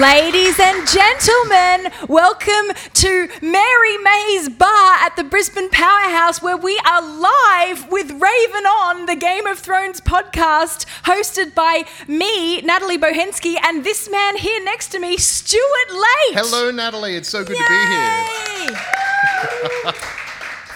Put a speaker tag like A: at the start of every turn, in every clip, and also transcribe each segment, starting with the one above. A: Ladies and gentlemen, welcome to Mary May's Bar at the Brisbane Powerhouse, where we are live with Raven On, the Game of Thrones podcast, hosted by me, Natalie Bohensky, and this man here next to me, Stuart Late.
B: Hello, Natalie. It's so good to be here.
A: Yay!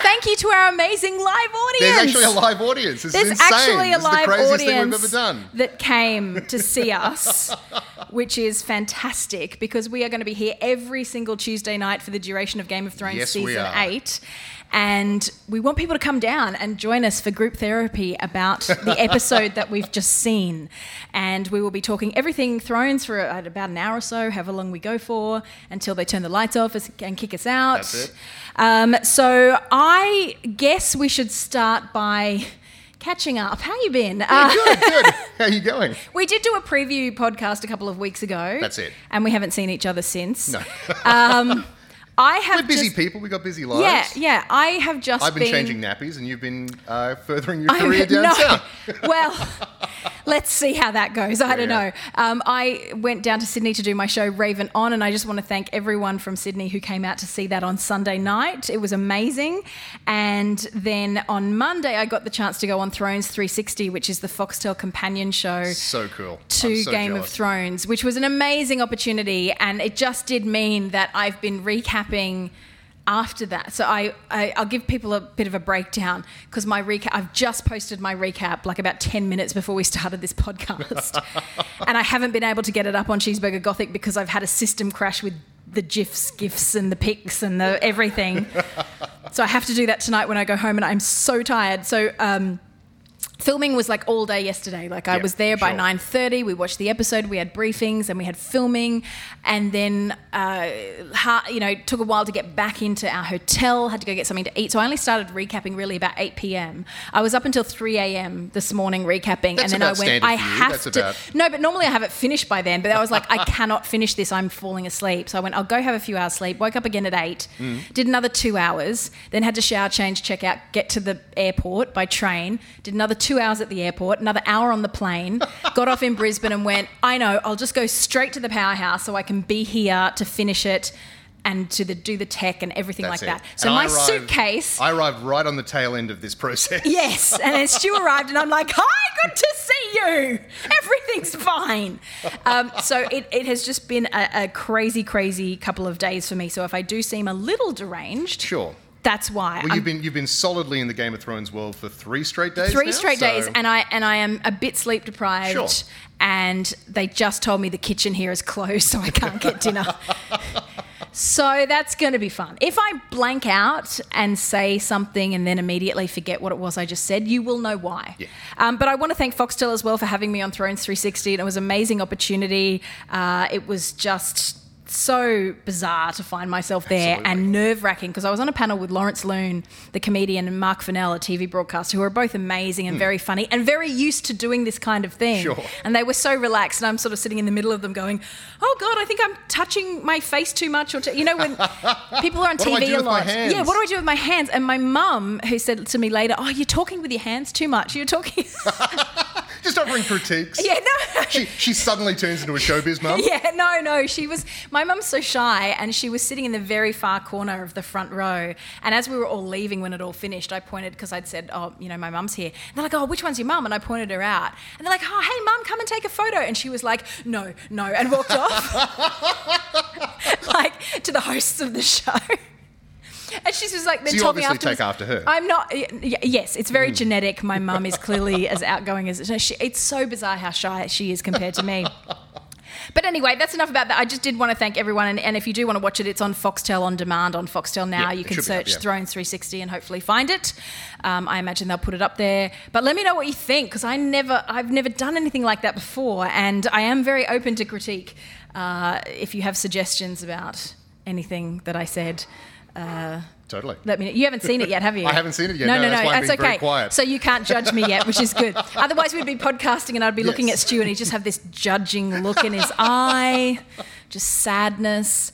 A: Thank you to our amazing live audience.
B: There's actually a live audience. This
A: There's
B: is insane.
A: actually a
B: this is
A: live
B: the craziest
A: audience
B: thing we've ever done.
A: that came to see us, which is fantastic because we are going to be here every single Tuesday night for the duration of Game of Thrones
B: Yes, we
A: season
B: are.
A: eight. And we want people to come down and join us for group therapy about the episode that we've just seen. And we will be talking everything Thrones for uh, about an hour or so, however long we go for, until they turn the lights off and kick us out.
B: That's it.
A: Um, so I guess we should start by catching up. How you been? Uh,
B: Good, good. How are you going?
A: we did do a preview podcast a couple of weeks ago.
B: That's it.
A: And we haven't seen each other since.
B: No.
A: um, I have
B: We're busy
A: just-
B: people. We've got busy
A: Yeah,
B: lives.
A: yeah. I have just
B: I've been, changing nappies, and you've been uh, furthering your
A: I'm-
B: career down
A: no.
B: south.
A: well, let's see how that goes. I don't
B: Yeah.
A: know. Um, I went down to Sydney to do my show Raven On, and I just want to thank everyone from Sydney who came out to see that on Sunday night. It was amazing. And then on Monday, I got the chance to go on Thrones 360, which is the Foxtel companion show
B: So cool. I'm
A: to
B: so
A: Game
B: jealous.
A: of Thrones, which was an amazing opportunity. And it just did mean that I've been recapping after that. So I, I, I'll give people a bit of a breakdown because my recap, I've just posted my recap like about 10 minutes before we started this podcast. and I haven't been able to get it up on Cheeseburger Gothic because I've had a system crash with the GIFs, GIFs, and the pics and the everything. so I have to do that tonight when I go home and I'm so tired. So, um, filming was like all day yesterday like i
B: Yeah,
A: was there by
B: sure.
A: 9.30 we watched the episode we had briefings and we had filming and then uh, ha- you know it took a while to get back into our hotel had to go get something to eat so i only started recapping really about 8 p.m i was up until 3 a.m this morning recapping
B: That's
A: and then
B: about
A: i went
B: standard
A: i
B: for you.
A: have
B: That's
A: to
B: about-
A: no but normally i have it finished by then but i was like i cannot finish this i'm falling asleep so i went i'll go have a few hours sleep woke up again at 8
B: Hmm.
A: did another two hours then had to shower change check out get to the airport by train did another two hours at the airport another hour on the plane got off in brisbane and went i know i'll just go straight to the powerhouse so i can be here to finish it and to the, do the tech and everything
B: That's
A: like
B: it.
A: that so
B: And
A: my
B: I arrived-
A: suitcase
B: I arrived right on the tail end of this process.
A: Yes. And then Stu arrived, and I'm like, hi, good to see you. Everything's fine. Um, so it, it has just been a, a crazy, crazy couple of days for me. So if I do seem a little deranged,
B: Sure.
A: that's why.
B: Well,
A: I'm
B: you've been you've been solidly in the Game of Thrones world for three straight days.
A: three
B: now,
A: straight
B: so-
A: days, and I and I am a bit sleep deprived.
B: Sure.
A: And they just told me the kitchen here is closed, so I can't get dinner. so that's going to be fun. If I blank out and say something and then immediately forget what it was I just said, you will know why.
B: Yeah.
A: Um, but I want to thank Foxtel as well for having me on Thrones 360. And it was an amazing opportunity. Uh, it was just so bizarre to find myself there
B: Absolutely.
A: and nerve wracking because I was on a panel with Lawrence Loon, the comedian, and Mark Fennell, a TV broadcaster, who are both amazing and very funny and very used to doing this kind of thing.
B: Hmm. Sure.
A: And they were so relaxed, and I'm sort of sitting in the middle of them going, Oh God, I think I'm touching my face too much. Or, t-. you know, when people are on
B: What do I
A: TV
B: do
A: a
B: with my
A: lot.
B: hands?
A: Yeah, what do I do with my hands? And my mum, who said to me later, Oh, you're talking with your hands too much. You're talking.
B: Just offering critiques.
A: yeah, no.
B: She she suddenly turns into a showbiz mum.
A: Yeah, no, no. She was, my mum's so shy, and she was sitting in the very far corner of the front row. And as we were all leaving when it all finished, I pointed because I'd said, Oh, you know, my mum's here. And they're like, Oh, which one's your mum? And I pointed her out. And they're like, Oh, hey, mum, come and take a photo. And she was like, No, no, and walked off, like to the hosts of the show. And she was like, then
B: So you
A: told me
B: obviously
A: afterwards-
B: take after her. Hmm.
A: I'm not. y- y- Yes, it's very genetic. My mum is clearly as outgoing as she, it's so bizarre how shy she is compared to me. But anyway, that's enough about that. I just did want to thank everyone, and, and if you do want to watch it, it's on Foxtel on demand on Foxtel now.
B: Yeah,
A: you
B: it
A: can
B: should be up,
A: search
B: yeah.
A: Thrones 360 and hopefully find it. Um, I imagine they'll put it up there. But let me know what you think, because I never, I've never done anything like that before, and I am very open to critique. Uh, if you have suggestions about anything that I said,
B: Totally.
A: let me know. You haven't seen it yet, have you?
B: I haven't seen it yet.
A: No,
B: No,
A: no, no.
B: that's why I'm
A: that's
B: being
A: okay.
B: very quiet.
A: So you can't judge me yet, which is good. Otherwise, we'd be podcasting and I'd be looking at
B: Yes.
A: Stu and he'd just have this judging look in his eye, just sadness.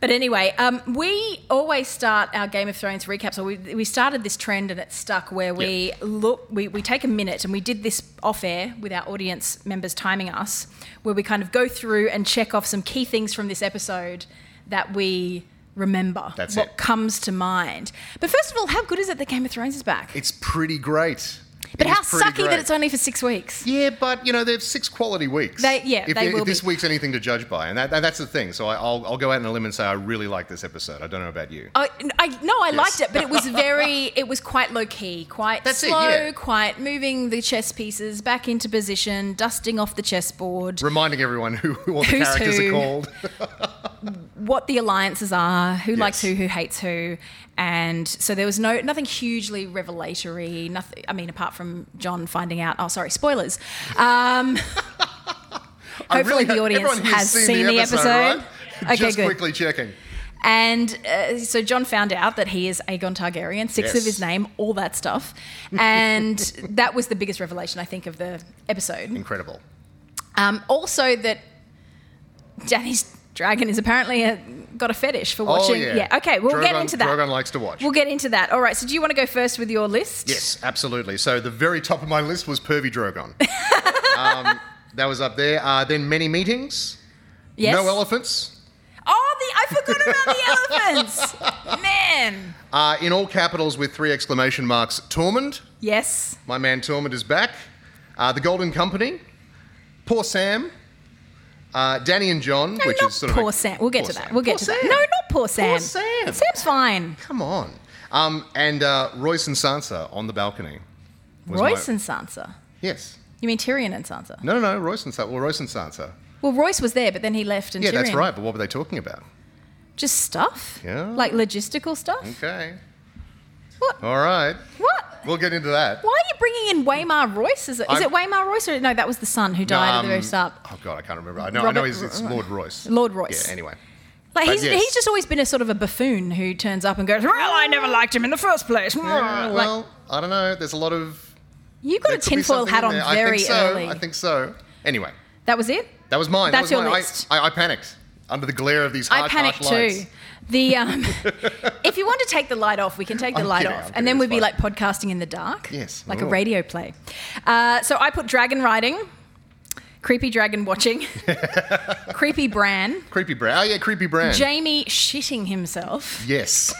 A: But anyway, um, we always start our Game of Thrones recaps, or we, we started this trend and it stuck where we look, we, we take a minute, and we did this off air with our audience members timing us, where we kind of go through and check off some key things from this episode that we remember.
B: That's
A: what
B: it.
A: comes to mind. But first of all, how good is it that Game of Thrones is back?
B: It's pretty great.
A: but
B: It
A: how
B: is pretty
A: sucky that
B: great.
A: it's only for six weeks.
B: Yeah, but you know they have six quality weeks.
A: They- yeah,
B: if,
A: they
B: if
A: will
B: this
A: be.
B: week's anything to judge by, and that, and that's the thing. So I, I'll, I'll go out on a limb and say I really like this episode. I don't know about you.
A: I, I no, I liked it, but it was very, it was quite low key, quite
B: That's it,
A: slow,
B: yeah.
A: quite moving the chess pieces back into position, dusting off the chessboard,
B: Reminding everyone who, who all the
A: Who's
B: characters
A: who?
B: are called.
A: what the alliances are, who likes who,
B: Yes.
A: who hates who, and so there was no nothing hugely revelatory. Nothing, I mean, apart from John finding out. Oh, sorry, spoilers. Um,
B: I
A: Hopefully the
B: hope
A: audience
B: everyone here's
A: has seen the episode.
B: right?
A: Okay,
B: Just
A: good.
B: quickly checking.
A: And uh, so John found out that he is Aegon Targaryen, six
B: Yes.
A: of his name, all that stuff. And that was the biggest revelation, I think, of the episode.
B: Incredible.
A: Um, also, that Danny's dragon is apparently a, got a fetish for watching.
B: oh yeah.
A: okay, we'll get
B: Drogon-
A: into that.
B: Drogon likes to watch.
A: We'll get into that. All right, so do you want to go first with your list?
B: Yes, absolutely. So the very top of my list was Pervy Drogon. um, that was up there. Uh, then many meetings.
A: Yes.
B: No elephants.
A: Oh, the, I forgot about the elephants. Man.
B: Uh, in all capitals with three exclamation marks. Tormund.
A: Yes.
B: My man Tormund is back. Uh, the Golden Company. Poor Sam. Uh, Danny and John,
A: No,
B: which
A: not
B: is sort
A: poor
B: of a-
A: Sam. We'll get
B: Poor
A: to that.
B: Sam.
A: We'll get
B: Poor
A: to that.
B: Sam.
A: No, not poor Sam.
B: Poor Sam.
A: Sam's fine.
B: Come on. Um, and uh, Royce and Sansa on the balcony. was
A: Royce
B: my-
A: and Sansa.
B: yes.
A: You mean Tyrion and Sansa?
B: No, no, no. Royce and Sansa. Well, Royce and Sansa.
A: Well, Royce was there, but then he left, and
B: Yeah,
A: Tyrion.
B: that's right. But what were they talking about?
A: Just stuff.
B: Yeah.
A: Like logistical stuff.
B: Okay.
A: What?
B: All right.
A: What?
B: We'll get into that.
A: Why are you bringing in Waymar Royce? Is it, is
B: I'm-
A: it Waymar Royce or no? That was the son who died at the very
B: Um,
A: start.
B: Oh God, I can't remember. I know. I know.
A: Robert-
B: He's, it's Lord Royce.
A: Lord Royce.
B: Yeah. Anyway.
A: Like
B: but
A: he's,
B: yes.
A: he's just always been a sort of a buffoon who turns up and goes, "Well, I never liked him in the first place."
B: Yeah,
A: Like,
B: well, I don't know. There's a lot of.
A: you got
B: there
A: a
B: could be
A: tinfoil
B: something
A: hat
B: in
A: on
B: there. I
A: very
B: think so.
A: early.
B: I think so. Anyway,
A: that was it.
B: that was mine.
A: That's
B: that
A: your
B: was mine.
A: list.
B: I, I, I panicked under the glare of these
A: I
B: harsh,
A: panicked
B: harsh
A: too.
B: lights.
A: The um, if you want to take the light off, we can take the
B: I'm
A: light
B: kidding, I'm
A: off,
B: kidding,
A: and then we'd
B: it's
A: be
B: fine.
A: like podcasting in the dark.
B: Yes.
A: like a
B: Ooh.
A: radio play. Uh, so I put dragon riding, creepy dragon watching, creepy Bran,
B: Creepy Brand. Oh yeah, Creepy Brand.
A: Jamie shitting himself,
B: yes.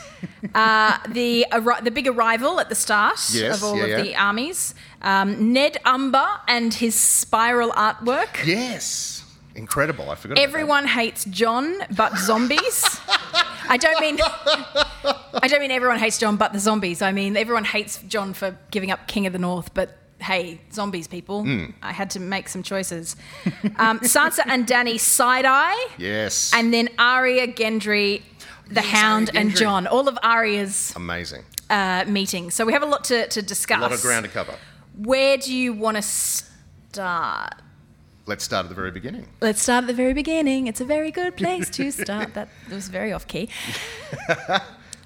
A: uh, the arri- the big arrival at the start
B: Yes,
A: of all
B: yeah,
A: of
B: yeah.
A: the armies, um, Ned Umber and his spiral artwork.
B: Yes. Incredible. I forgot. about that.
A: Everyone hates John, but zombies. I don't mean I don't mean everyone hates John, but the zombies. I mean everyone hates John for giving up King of the North, but hey, zombies, people. I had to make some choices. Um, Sansa and Danny side eye,
B: Yes.
A: and then Arya, Gendry, the
B: Yes,
A: Hound,
B: Arya,
A: and
B: Gendry.
A: John. All of Arya's
B: Amazing.
A: uh, meetings. So we have a lot to, to discuss.
B: A lot of ground to cover.
A: Where do you want to start?
B: Let's start at the very beginning.
A: Let's start at the very beginning. It's a very good place to start. That was very off key.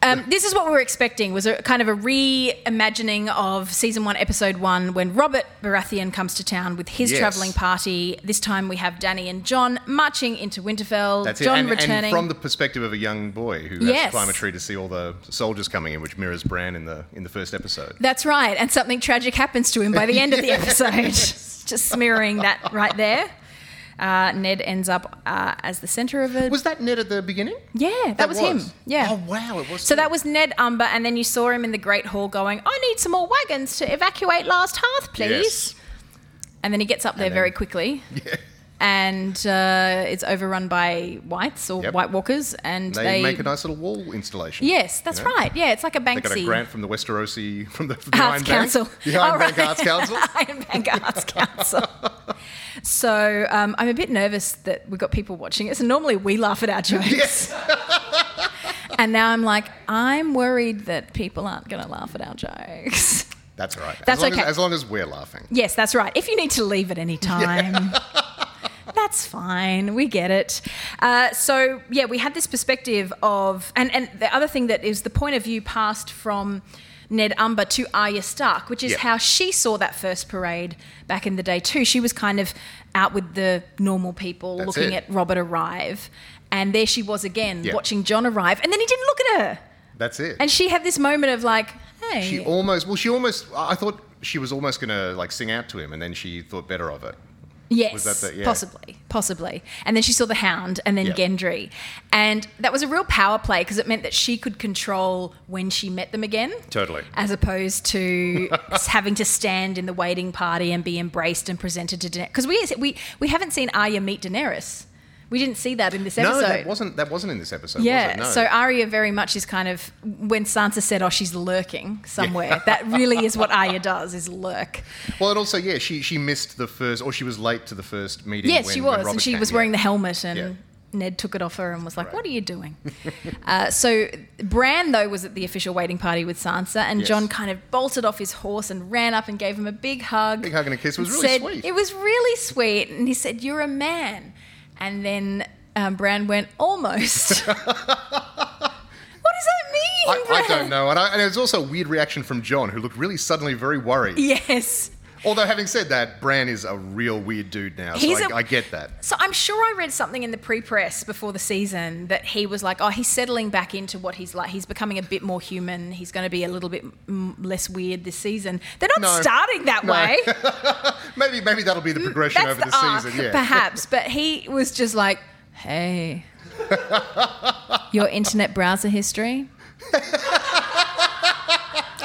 A: Um, this is what we were expecting was a kind of a reimagining of season one, episode one, when Robert Baratheon comes to town with his
B: Yes.
A: traveling party. This time we have Danny and John marching into Winterfell.
B: That's
A: John
B: it. And,
A: returning.
B: and from the perspective of a young boy who has
A: Yes.
B: to climb a tree to see all the soldiers coming in, which mirrors Bran in the in the first episode.
A: That's right. And something tragic happens to him by the end of the episode. Just smearing that right there. Uh, Ned ends up uh, as the center of it.
B: Was that Ned at the beginning?
A: yeah, that, was, him. Yeah.
B: Oh wow, it was.
A: So that was Ned Umber, and then you saw him in the Great Hall going, I need some more wagons to evacuate Last Hearth, please. And then he gets up there very quickly,
B: Yeah.
A: and uh, it's overrun by whites or
B: Yep.
A: White Walkers, and
B: They,
A: they.
B: make a nice little wall installation.
A: yes, that's
B: Yeah.
A: right. Yeah, it's like a
B: They
A: Banksy.
B: got a grant from the Westerosi from the, from the
A: Arts
B: Iron
A: Council.
B: Bank, the Iron
A: All
B: Bank
A: right.
B: Arts Council.
A: Iron Bank Arts Council. So um, I'm a bit nervous that we've got people watching us. And normally we laugh at our jokes.
B: Yes.
A: And now I'm like, I'm worried that people aren't going to laugh at our jokes.
B: That's all right.
A: That's
B: as long
A: okay.
B: As, as long as we're laughing.
A: Yes, that's right. If you need to leave at any time, that's fine. We get it. Uh, so yeah, we had this perspective of, and and the other thing that is the point of view passed from Ned Umber to Arya Stark, which is
B: Yeah.
A: how she saw that first parade back in the day too. She was kind of out with the normal people,
B: That's
A: looking
B: it.
A: at Robert arrive, and there she was again
B: Yeah.
A: watching John arrive, and then he didn't look at her,
B: That's it.
A: and she had this moment of like, hey,
B: She almost, well, she almost, I I thought she was almost going to like sing out to him and then she thought better of it.
A: Yes,
B: that the- yeah.
A: possibly, possibly. And then she saw the Hound, and then
B: Yeah.
A: Gendry, and that was a real power play because it meant that she could control when she met them again,
B: Totally.
A: as opposed to having to stand in the waiting party and be embraced and presented to Daenerys. Because we we we haven't seen Arya meet Daenerys. We didn't see that in this episode.
B: No, that wasn't, that wasn't in this episode.
A: Yeah.
B: Was it? No.
A: So Arya very much is kind of when Sansa said, "Oh, she's lurking somewhere." That really is what Arya does: is lurk.
B: well, and also, yeah, she, she missed the first, or she was late to the first meeting.
A: Yes,
B: when-
A: she
B: when
A: was,
B: Robert
A: and she
B: came,
A: was
B: yeah.
A: wearing the helmet, and
B: Yeah.
A: Ned took it off her and was like,
B: Right.
A: "What are you doing?" uh, so Bran though was at the official waiting party with Sansa, and
B: Yes.
A: John kind of bolted off his horse and ran up and gave him a big hug.
B: Big hug and a kiss. It was
A: and
B: really
A: said-
B: sweet.
A: It was really sweet, and he said, "You're a man," and then um, Bran went, "Almost." what does that mean?
B: I, I
A: Bran?
B: don't know. And, I, and it was also a weird reaction from John, who looked really suddenly very worried.
A: Yes.
B: Although, having said that, Bran is a real weird dude now. So
A: He's
B: I
A: a-
B: I get that.
A: So I'm sure I read something in the pre-press before the season that he was like, "Oh, he's settling back into what he's like. He's becoming a bit more human. He's going to be a little bit mm, less weird this season." They're not
B: No.
A: starting that
B: No.
A: way.
B: Maybe maybe that'll be the progression
A: Mm, That's
B: over the,
A: the arc,
B: season. Yeah.
A: perhaps. But he was just like, "Hey, your internet browser history.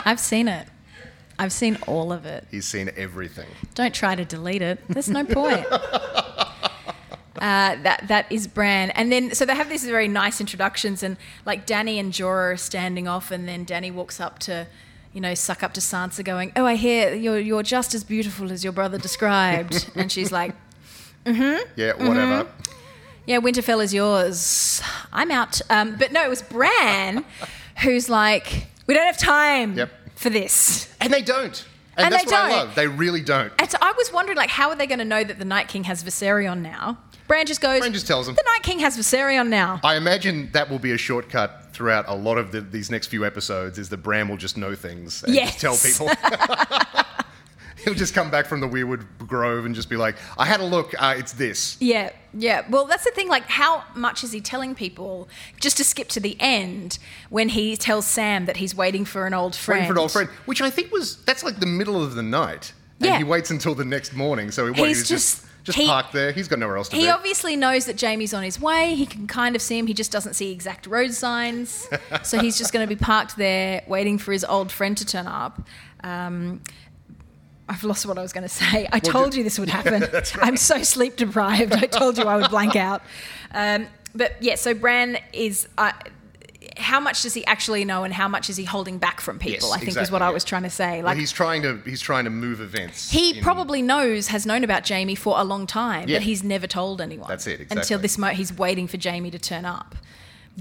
A: I've seen it. I've seen all of it."
B: He's seen everything.
A: Don't try to delete it. There's no point. Uh, that that is Bran, and then so they have these very nice introductions, and like Danny and Jorah are standing off, and then Danny walks up to, you know, suck up to Sansa, going, "Oh, I hear you're you're just as beautiful as your brother described," and she's like,
B: Yeah, whatever.
A: Mm-hmm. yeah, Winterfell is yours. I'm out. Um, but no, it was Bran who's like, "We don't have time
B: Yep.
A: for this."
B: And they don't. And,
A: And
B: that's
A: they
B: what I
A: don't.
B: love. They really don't.
A: And so I was wondering, like, how are they going to know that the Night King has Viserion now? Bran just goes.
B: Bran just tells him.
A: The Night King has Viserion now.
B: I imagine that will be a shortcut throughout a lot of the, these next few episodes is that Bran will just know things and
A: Yes.
B: just tell people. He'll just come back from the Weirwood Grove and just be like, I had a look, uh, it's this.
A: Yeah, yeah. Well, that's the thing. Like, how much is he telling people? Just to skip to the end when he tells Sam that he's waiting for an old friend.
B: Waiting for an old friend, which I think was, that's like the middle of the night.
A: Yeah.
B: And he waits until the next morning. So he, what, he
A: He's
B: was just,
A: just-
B: just
A: he-
B: parked there. He's got nowhere else to
A: He
B: be.
A: obviously knows that Jamie's on his way. He can kind of see him. He just doesn't see exact road signs. so he's just going to be parked there waiting for his old friend to turn up. Um, I've lost what I was going to say. I told
B: ju-
A: you this would happen. I'm so sleep deprived. I told you I would blank out. Um, but yeah, so Bran is. Uh, how much does he actually know, and how much is he holding back from people? I think is
B: exactly,
A: what I
B: yeah.
A: was trying to say.
B: Well,
A: Like
B: he's trying to he's trying to move events.
A: he
B: in-
A: probably knows, has known about Jamie for a long time,
B: Yeah.
A: but he's never told anyone.
B: That's it,
A: Until
B: exactly.
A: this moment, he's waiting for Jamie to turn up.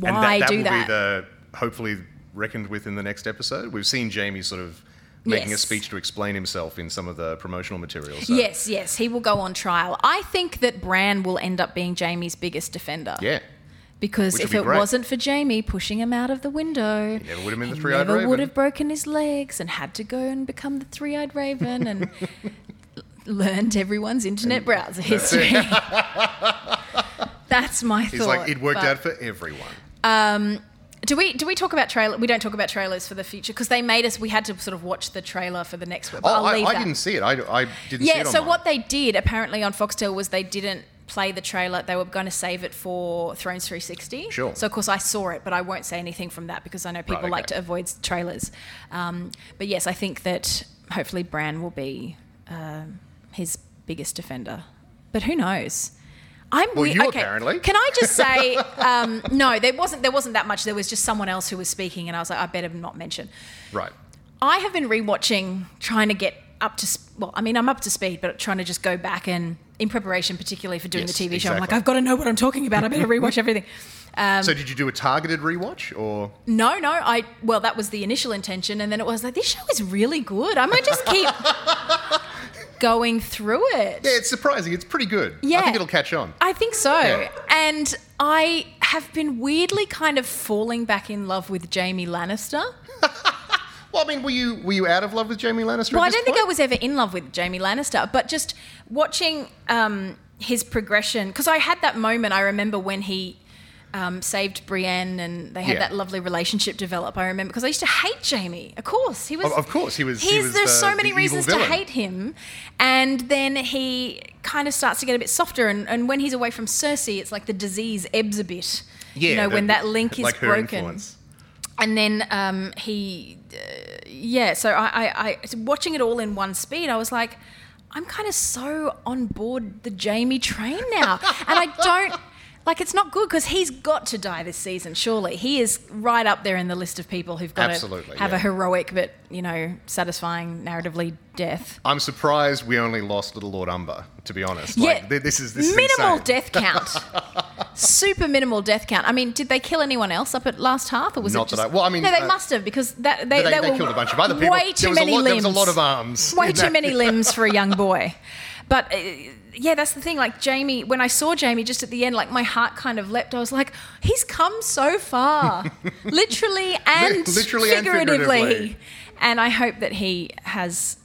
B: and
A: Why
B: that, that
A: do
B: will
A: that?
B: be the hopefully reckoned with in the next episode. We've seen Jamie sort of making
A: Yes.
B: a speech to explain himself in some of the promotional materials. so-
A: yes, yes, he will go on trial. I think that Bran will end up being Jamie's biggest defender.
B: Yeah.
A: Because
B: Which would
A: if
B: be
A: it
B: great.
A: wasn't for Jamie pushing him out of the window, he
B: never would have been the
A: he
B: three-eyed
A: never would
B: raven.
A: have broken his legs and had to go and become the three-eyed raven and l- learned everyone's internet browser history. That's my
B: He's
A: thought.
B: like it worked
A: but-
B: out for everyone.
A: Do we do we talk about trailer? We don't talk about trailers for the future because they made us. We had to sort of watch the trailer for the next one. but
B: Oh,
A: I'll
B: I,
A: leave
B: I
A: that.
B: didn't see it. I, I didn't see
A: Yeah.
B: it
A: So
B: online.
A: what they did apparently on Foxtel was they didn't play the trailer. They were going to save it for Thrones 360.
B: Sure.
A: So of course I saw it, but I won't say anything from that because I know people
B: okay.
A: like to avoid trailers. Um, but yes, I think that hopefully Bran will be um his biggest defender. But who knows? I'm
B: Well,
A: we-
B: you
A: okay.
B: apparently.
A: Can I just say um, no? There wasn't. There wasn't that much. There was just someone else who was speaking, and I was like, I better not mention.
B: Right.
A: I have been rewatching, trying to get up to. sp- Well, I mean, I'm up to speed, but trying to just go back and in preparation, particularly for doing
B: Yes,
A: the TV show. I'm like,
B: exactly.
A: I've got to know what I'm talking about. I better rewatch everything. um,
B: so did you do a targeted rewatch or
A: No, no. I well, that was the initial intention, and then it was like, this show is really good. I might just keep going through it.
B: Yeah, it's surprising. It's pretty good. I
A: Yeah.
B: think it'll catch on.
A: I think so.
B: Yeah.
A: And I have been weirdly kind of falling back in love with Jamie Lannister.
B: Well, I mean, were you were you out of love with Jamie Lannister?
A: Well,
B: at
A: I
B: this
A: don't think I
B: point?
A: was ever in love with Jamie Lannister, but just watching um, his progression, because I had that moment I remember when he um, saved Brienne and they had
B: Yeah.
A: that lovely relationship develop. I remember because I used to hate Jamie. Of course, he was.
B: Of- of course, he was- he
A: He's,
B: was
A: there's
B: the-
A: so many
B: the evil
A: reasons to
B: villain.
A: hate him, and then he kind of starts to get a bit softer. And, and when he's away from Cersei, it's like the disease ebbs a bit. you know
B: the-
A: when that link is
B: like her
A: broken
B: influence.
A: and then um, he, uh, yeah. So I, I, I so watching it all in one speed, I was like, I'm kind of so on board the Jamie train now, and I don't. Like it's not good because he's got to die this season. Surely he is right up there in the list of people who've got
B: Absolutely,
A: to have
B: yeah.
A: a heroic but you know satisfying narratively death.
B: I'm surprised we only lost Little Lord Umber. To be honest, like th- this is this is
A: minimal
B: insane.
A: death count. Super minimal death count. I mean, did they kill anyone else up at last half, or was
B: Not
A: it
B: that
A: just?
B: I- well, I mean,
A: no, they
B: uh,
A: must have because that they,
B: They,
A: they
B: they
A: were
B: killed a bunch of other people.
A: Way too
B: there was
A: many
B: a lot,
A: limbs.
B: There was a lot of arms.
A: Way
B: in
A: too
B: that.
A: many limbs for a young boy. But uh, yeah, that's the thing. Like Jamie, when I saw Jamie just at the end, like my heart kind of leapt. I was like, he's come so far, literally and
B: Literally and
A: figuratively.
B: figuratively.
A: And I hope that he has.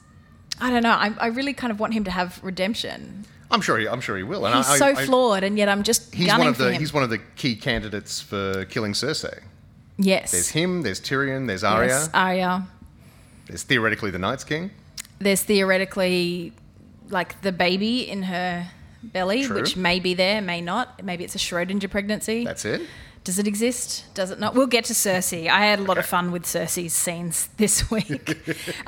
A: I don't know. I, I really kind of want him to have redemption.
B: I'm sure. He, I'm sure he will. And
A: He's
B: I,
A: so
B: I,
A: flawed, and yet I'm just
B: I, he's
A: gunning
B: one of
A: for
B: the.
A: him.
B: He's one of the key candidates for killing Cersei.
A: yes.
B: There's him. There's Tyrion. There's Arya.
A: Yes, Arya.
B: There's theoretically the Night's King.
A: There's theoretically like the baby in her belly,
B: True.
A: which may be there, may not. Maybe it's a Schrodinger pregnancy.
B: That's it.
A: Does it exist? Does it not? We'll get to Cersei. I had a lot of fun with Cersei's scenes this week.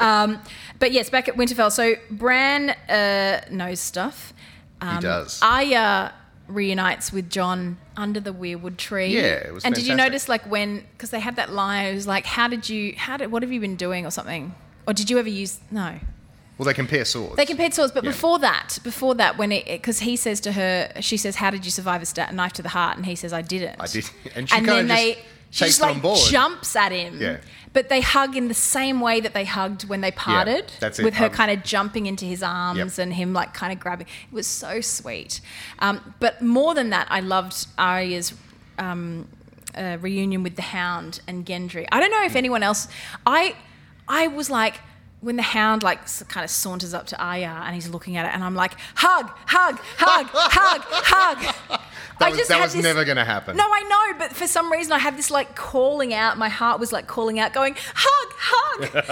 A: um, but yes, back at Winterfell. So Bran uh, knows stuff. Um,
B: does.
A: Arya uh, reunites with John under the weirwood tree.
B: Yeah, it was
A: And did you
B: fantastic.
A: notice like when because they had that line? It was like, "How did you? How did? What have you been doing?" or something. Or did you ever use? No.
B: Well, they compare swords.
A: They compared swords, but
B: Yeah.
A: before that, before that, when it because he says to her, she says, "How did you survive a sta- knife to the heart?" And he says, "I didn't."
B: I did- and she
A: then
B: kinda just
A: they she
B: takes
A: just
B: it on
A: like
B: board.
A: jumps at him.
B: Yeah.
A: But they hug in the same way that they hugged when they parted.
B: that's it.
A: With her
B: Um,
A: kind of jumping into his arms
B: Yep.
A: and him like kind of grabbing. It was so sweet. Um, but more than that, I loved Arya's uh, reunion with the Hound and Gendry. I don't know if anyone else. I I was like when the Hound like s- kind of saunters up to Aya and he's looking at it, and I'm like hug, hug, hug, hug, hug.
B: That was, that
A: had
B: was never going to happen.
A: No, I know, but for some reason I had this like calling out. My heart was like calling out, going hug,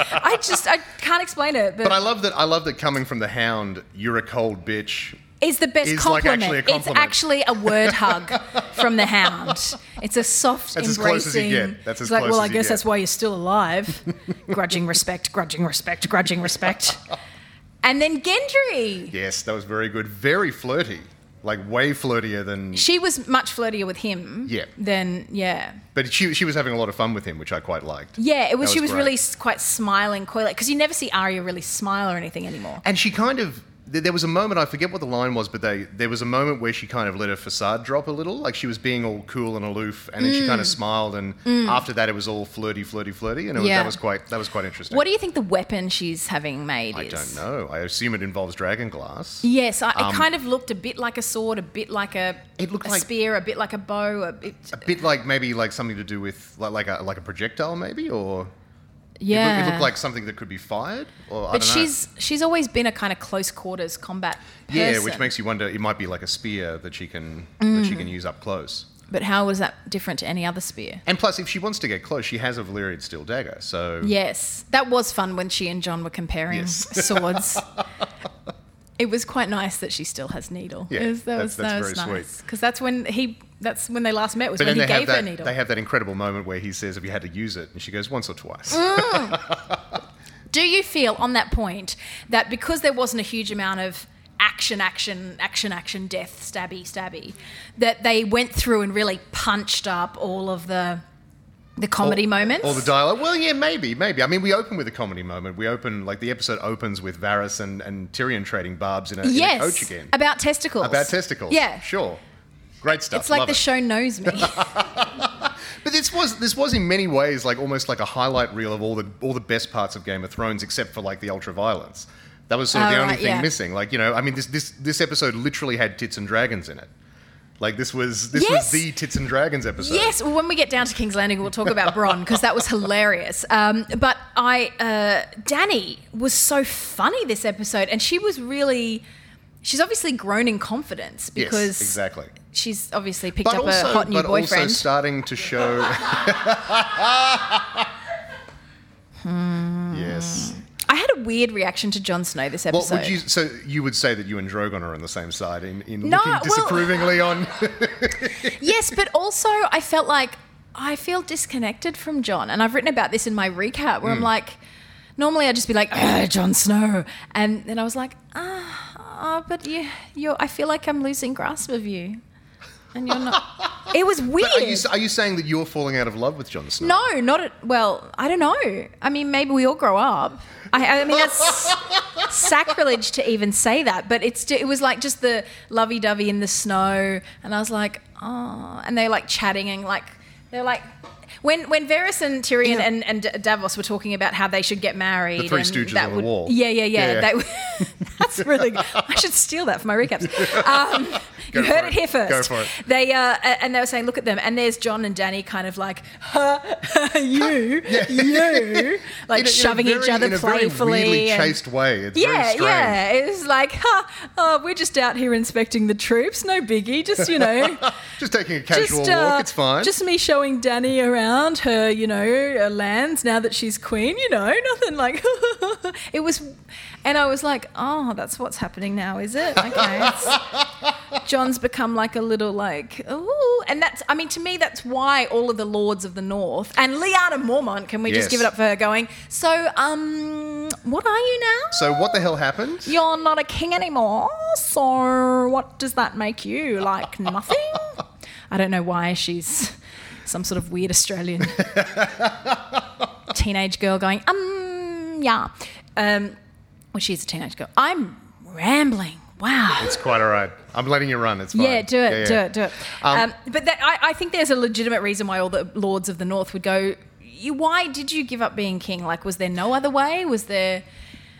A: hug. I just I can't explain it, but,
B: But I love that. I love that coming from the Hound. You're a cold bitch.
A: it's the best
B: is, like,
A: compliment.
B: actually a compliment.
A: It's actually a word hug from the Hound. It's a soft
B: That's
A: embracing.
B: as close as you get. That's as
A: it's like,
B: close
A: well,
B: as
A: I
B: you
A: guess
B: get."
A: that's why you're still alive. grudging respect, grudging respect, grudging respect. And then Gendry.
B: Yes, that was very good. Very flirty. Like way flirtier than.
A: She was much flirtier with him.
B: Yeah.
A: Than yeah.
B: But she she was having a lot of fun with him, which I quite liked.
A: Yeah, it was,
B: That
A: she was
B: great.
A: really s- quite smiling, coy, because you never see Arya really smile or anything anymore.
B: And she kind of th- there was a moment I forget what the line was, but they there was a moment where she kind of let her facade drop a little, like she was being all cool and aloof, and then she kind of
A: Mm.
B: smiled, and after that it was all flirty, flirty, flirty, and it was,
A: Yeah.
B: that was quite that was quite interesting.
A: What do you think the weapon she's having made
B: I
A: is?
B: don't know. I assume it involves dragon glass.
A: Yes, I,
B: Um,
A: it kind of looked a bit like a sword, a bit like a,
B: It looked
A: a
B: like-
A: spear, a bit like a bow. A bit,
B: A bit like maybe like something to do with like like a like a projectile maybe, or it,
A: yeah.
B: looked, it looked like something that could be fired, or I
A: but
B: don't know.
A: she's she's always been a kind of close quarters combat person. Mm.
B: yeah, which makes you wonder. It might be like a spear that she can that she can use up close.
A: But how was that different to any other spear?
B: And plus, if she wants to get close, she has a Valyrian steel dagger. So
A: Yes, that was fun when she and John were comparing
B: Yes.
A: swords. It was quite nice that she still has needle.
B: Yeah,
A: It was- that
B: that's-
A: was
B: that's
A: that
B: very
A: was
B: sweet.
A: nice because that's when he that's when they last met was
B: But
A: when he
B: then they have
A: gave her
B: that
A: needle.
B: they have that incredible moment where he says, "Have you had to use it?" And she goes, "Once or twice."
A: Mm, Do you feel on that point that because there wasn't a huge amount of action, action, action, action, death, stabby, stabby, that they went through and really punched up all of the the comedy
B: Or-
A: moments?
B: Or the dialogue. Well, yeah, maybe, maybe. I mean, we open with a comedy moment. We open like the episode opens with Varys and, and Tyrion trading barbs in a, in a
A: yes,
B: coach again
A: about testicles.
B: about testicles.
A: Yeah.
B: sure. Great stuff.
A: It's like
B: Love
A: the
B: it.
A: show knows me.
B: But this was this was in many ways like almost like a highlight reel of all the all the best parts of Game of Thrones, except for like the ultra violence. That was sort of
A: Oh,
B: the only
A: right,
B: thing
A: yeah.
B: missing. Like you know, I mean, this this this episode literally had tits and dragons in it. Like this was this
A: Yes.
B: was the tits and dragons episode.
A: Yes, well, when we get down to King's Landing, we'll talk about Bron because that was hilarious. Um, but I, uh, Danny was so funny this episode, and she was really, she's obviously grown in confidence
B: Yes,
A: because
B: exactly.
A: she's obviously picked
B: But
A: up
B: also,
A: a hot new
B: but also
A: boyfriend.
B: starting to show. Hmm. yes.
A: I had a weird reaction to Jon Snow this
B: What
A: episode.
B: would you? So you would say that you and Drogon are on the same side in, in
A: No, well-
B: looking disapprovingly on.
A: yes, but also I felt like I feel disconnected from John, and I've written about this in my recap
B: Hmm.
A: where I'm like, normally I'd just be like, "Ugh, Jon Snow, and then I was like, ah, ah, but you, you're. I feel like I'm losing grasp of you, and you're not. it was weird.
B: But are you are you saying that you're falling out of love with Jon Snow?
A: no, not at, well. I don't know. I mean, maybe we all grow up. I, I mean, that's sacrilege to even say that. But it's it was like just the lovey-dovey in the snow, and I was like, oh, and they're like chatting and like they're like. When, when Varys and Tyrion
B: Yeah.
A: and, and D- Davos were talking about how they should get married,
B: The Three
A: and
B: Stooges
A: that
B: on the
A: would,
B: wall.
A: yeah, yeah, yeah,
B: Yeah.
A: That would- that's really. good. I should steal that for my recaps. Um,
B: Go
A: you heard it
B: for it.
A: here first.
B: Go for it.
A: They uh, a- and they were saying, look at them, and there's John and Danny, kind of like, huh, you, you, like
B: In a- in a
A: shoving each
B: very-
A: other
B: in a very
A: playfully.
B: weirdly
A: and-
B: chaste way. It's very
A: yeah,
B: strange.
A: yeah. It was like, huh, oh, we're just out here inspecting the troops, no biggie, just you know,
B: Just taking a casual
A: just uh,
B: walk, it's fine.
A: Just me showing Danny around her, you know, her lands now that she's queen. You know, nothing like it was. And I was like, oh, that's what's happening now, is it? Okay. It's- John's become like a little like ooh, and that's. I mean, to me, that's why all of the lords of the north and Liana Mormont. Can we
B: Yes.
A: just give it up for her going? So, um, what are you now?
B: so what the hell happened?
A: You're not a king anymore, so what does that make you? Like nothing? I don't know why she's some sort of weird Australian teenage girl going, um, yeah. Um, well, she's a teenage girl. I'm rambling. Wow.
B: It's quite all right. I'm letting you run. It's fine.
A: Yeah, do it,
B: Yeah, yeah.
A: do it, do it.
B: Um,
A: Um, but that, I, I think there's a legitimate reason why all the lords of the north would go, "You- why did you give up being king? Like, was there no other way? Was there.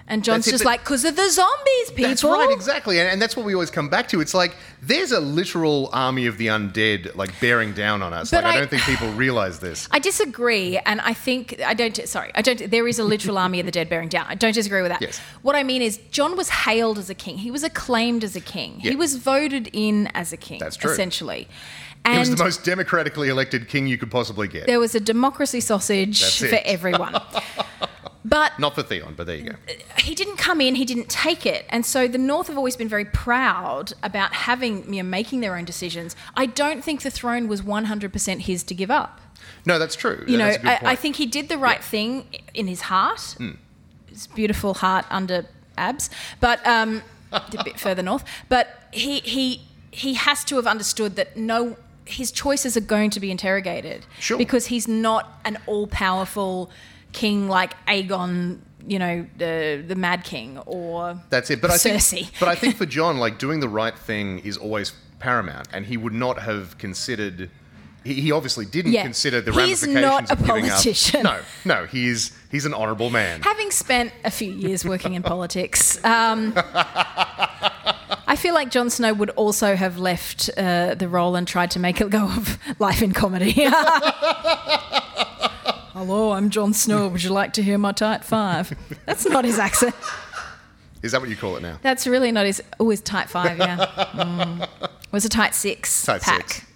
A: And John's
B: That's it,
A: just
B: but-
A: like, because of the zombies, people.
B: That's right, exactly. And, and that's what we always come back to. It's like there's a literal army of the undead like bearing down on us.
A: But
B: like I,
A: I-
B: don't think people realize this.
A: I disagree, and I think I don't. Sorry, I don't. There is a literal army of the dead bearing down. I don't disagree with that.
B: Yes.
A: What I mean is, John was hailed as a king. He was acclaimed as a king.
B: Yeah.
A: He was voted in as a king.
B: That's true.
A: Essentially,
B: He
A: and
B: was the most democratically elected king you could possibly get.
A: there was a democracy sausage
B: That's
A: for
B: it.
A: everyone. But
B: Not for Theon, but there you go.
A: he didn't come in, he didn't take it. And so the North have always been very proud about having, you know, making their own decisions. I don't think the throne was 100% his to give up.
B: No, that's true.
A: uh, you
B: That's
A: know,
B: a good
A: I, I
B: point. Hmm.
A: think he did the right thing in his heart. His beautiful heart under abs, but um, a bit further north. But he he he has to have understood that no, his choices are going to be interrogated.
B: Sure.
A: Because he's not an all-powerful king like Aegon, you know, the the Mad King, or
B: That's it. But I think,
A: Cersei.
B: but I think for John, like doing the right thing is always paramount, and he would not have considered. He, he obviously didn't
A: Yeah.
B: consider the
A: He's
B: ramifications
A: not a
B: of giving
A: politician.
B: Up. No, no, he is. He's an honourable man.
A: Having spent a few years working in politics, um, I feel like Jon Snow would also have left uh, the role and tried to make a go of life in comedy. Hello, I'm Jon Snow. Would you like to hear my tight five? That's not his accent.
B: Is that what you call it now?
A: That's really not his. Oh, his tight five, yeah. Mm. It was a tight six
B: Tight
A: pack.
B: six.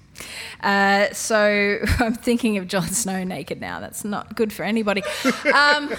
A: Uh, so I'm thinking of Jon Snow naked now. That's not good for anybody. Um,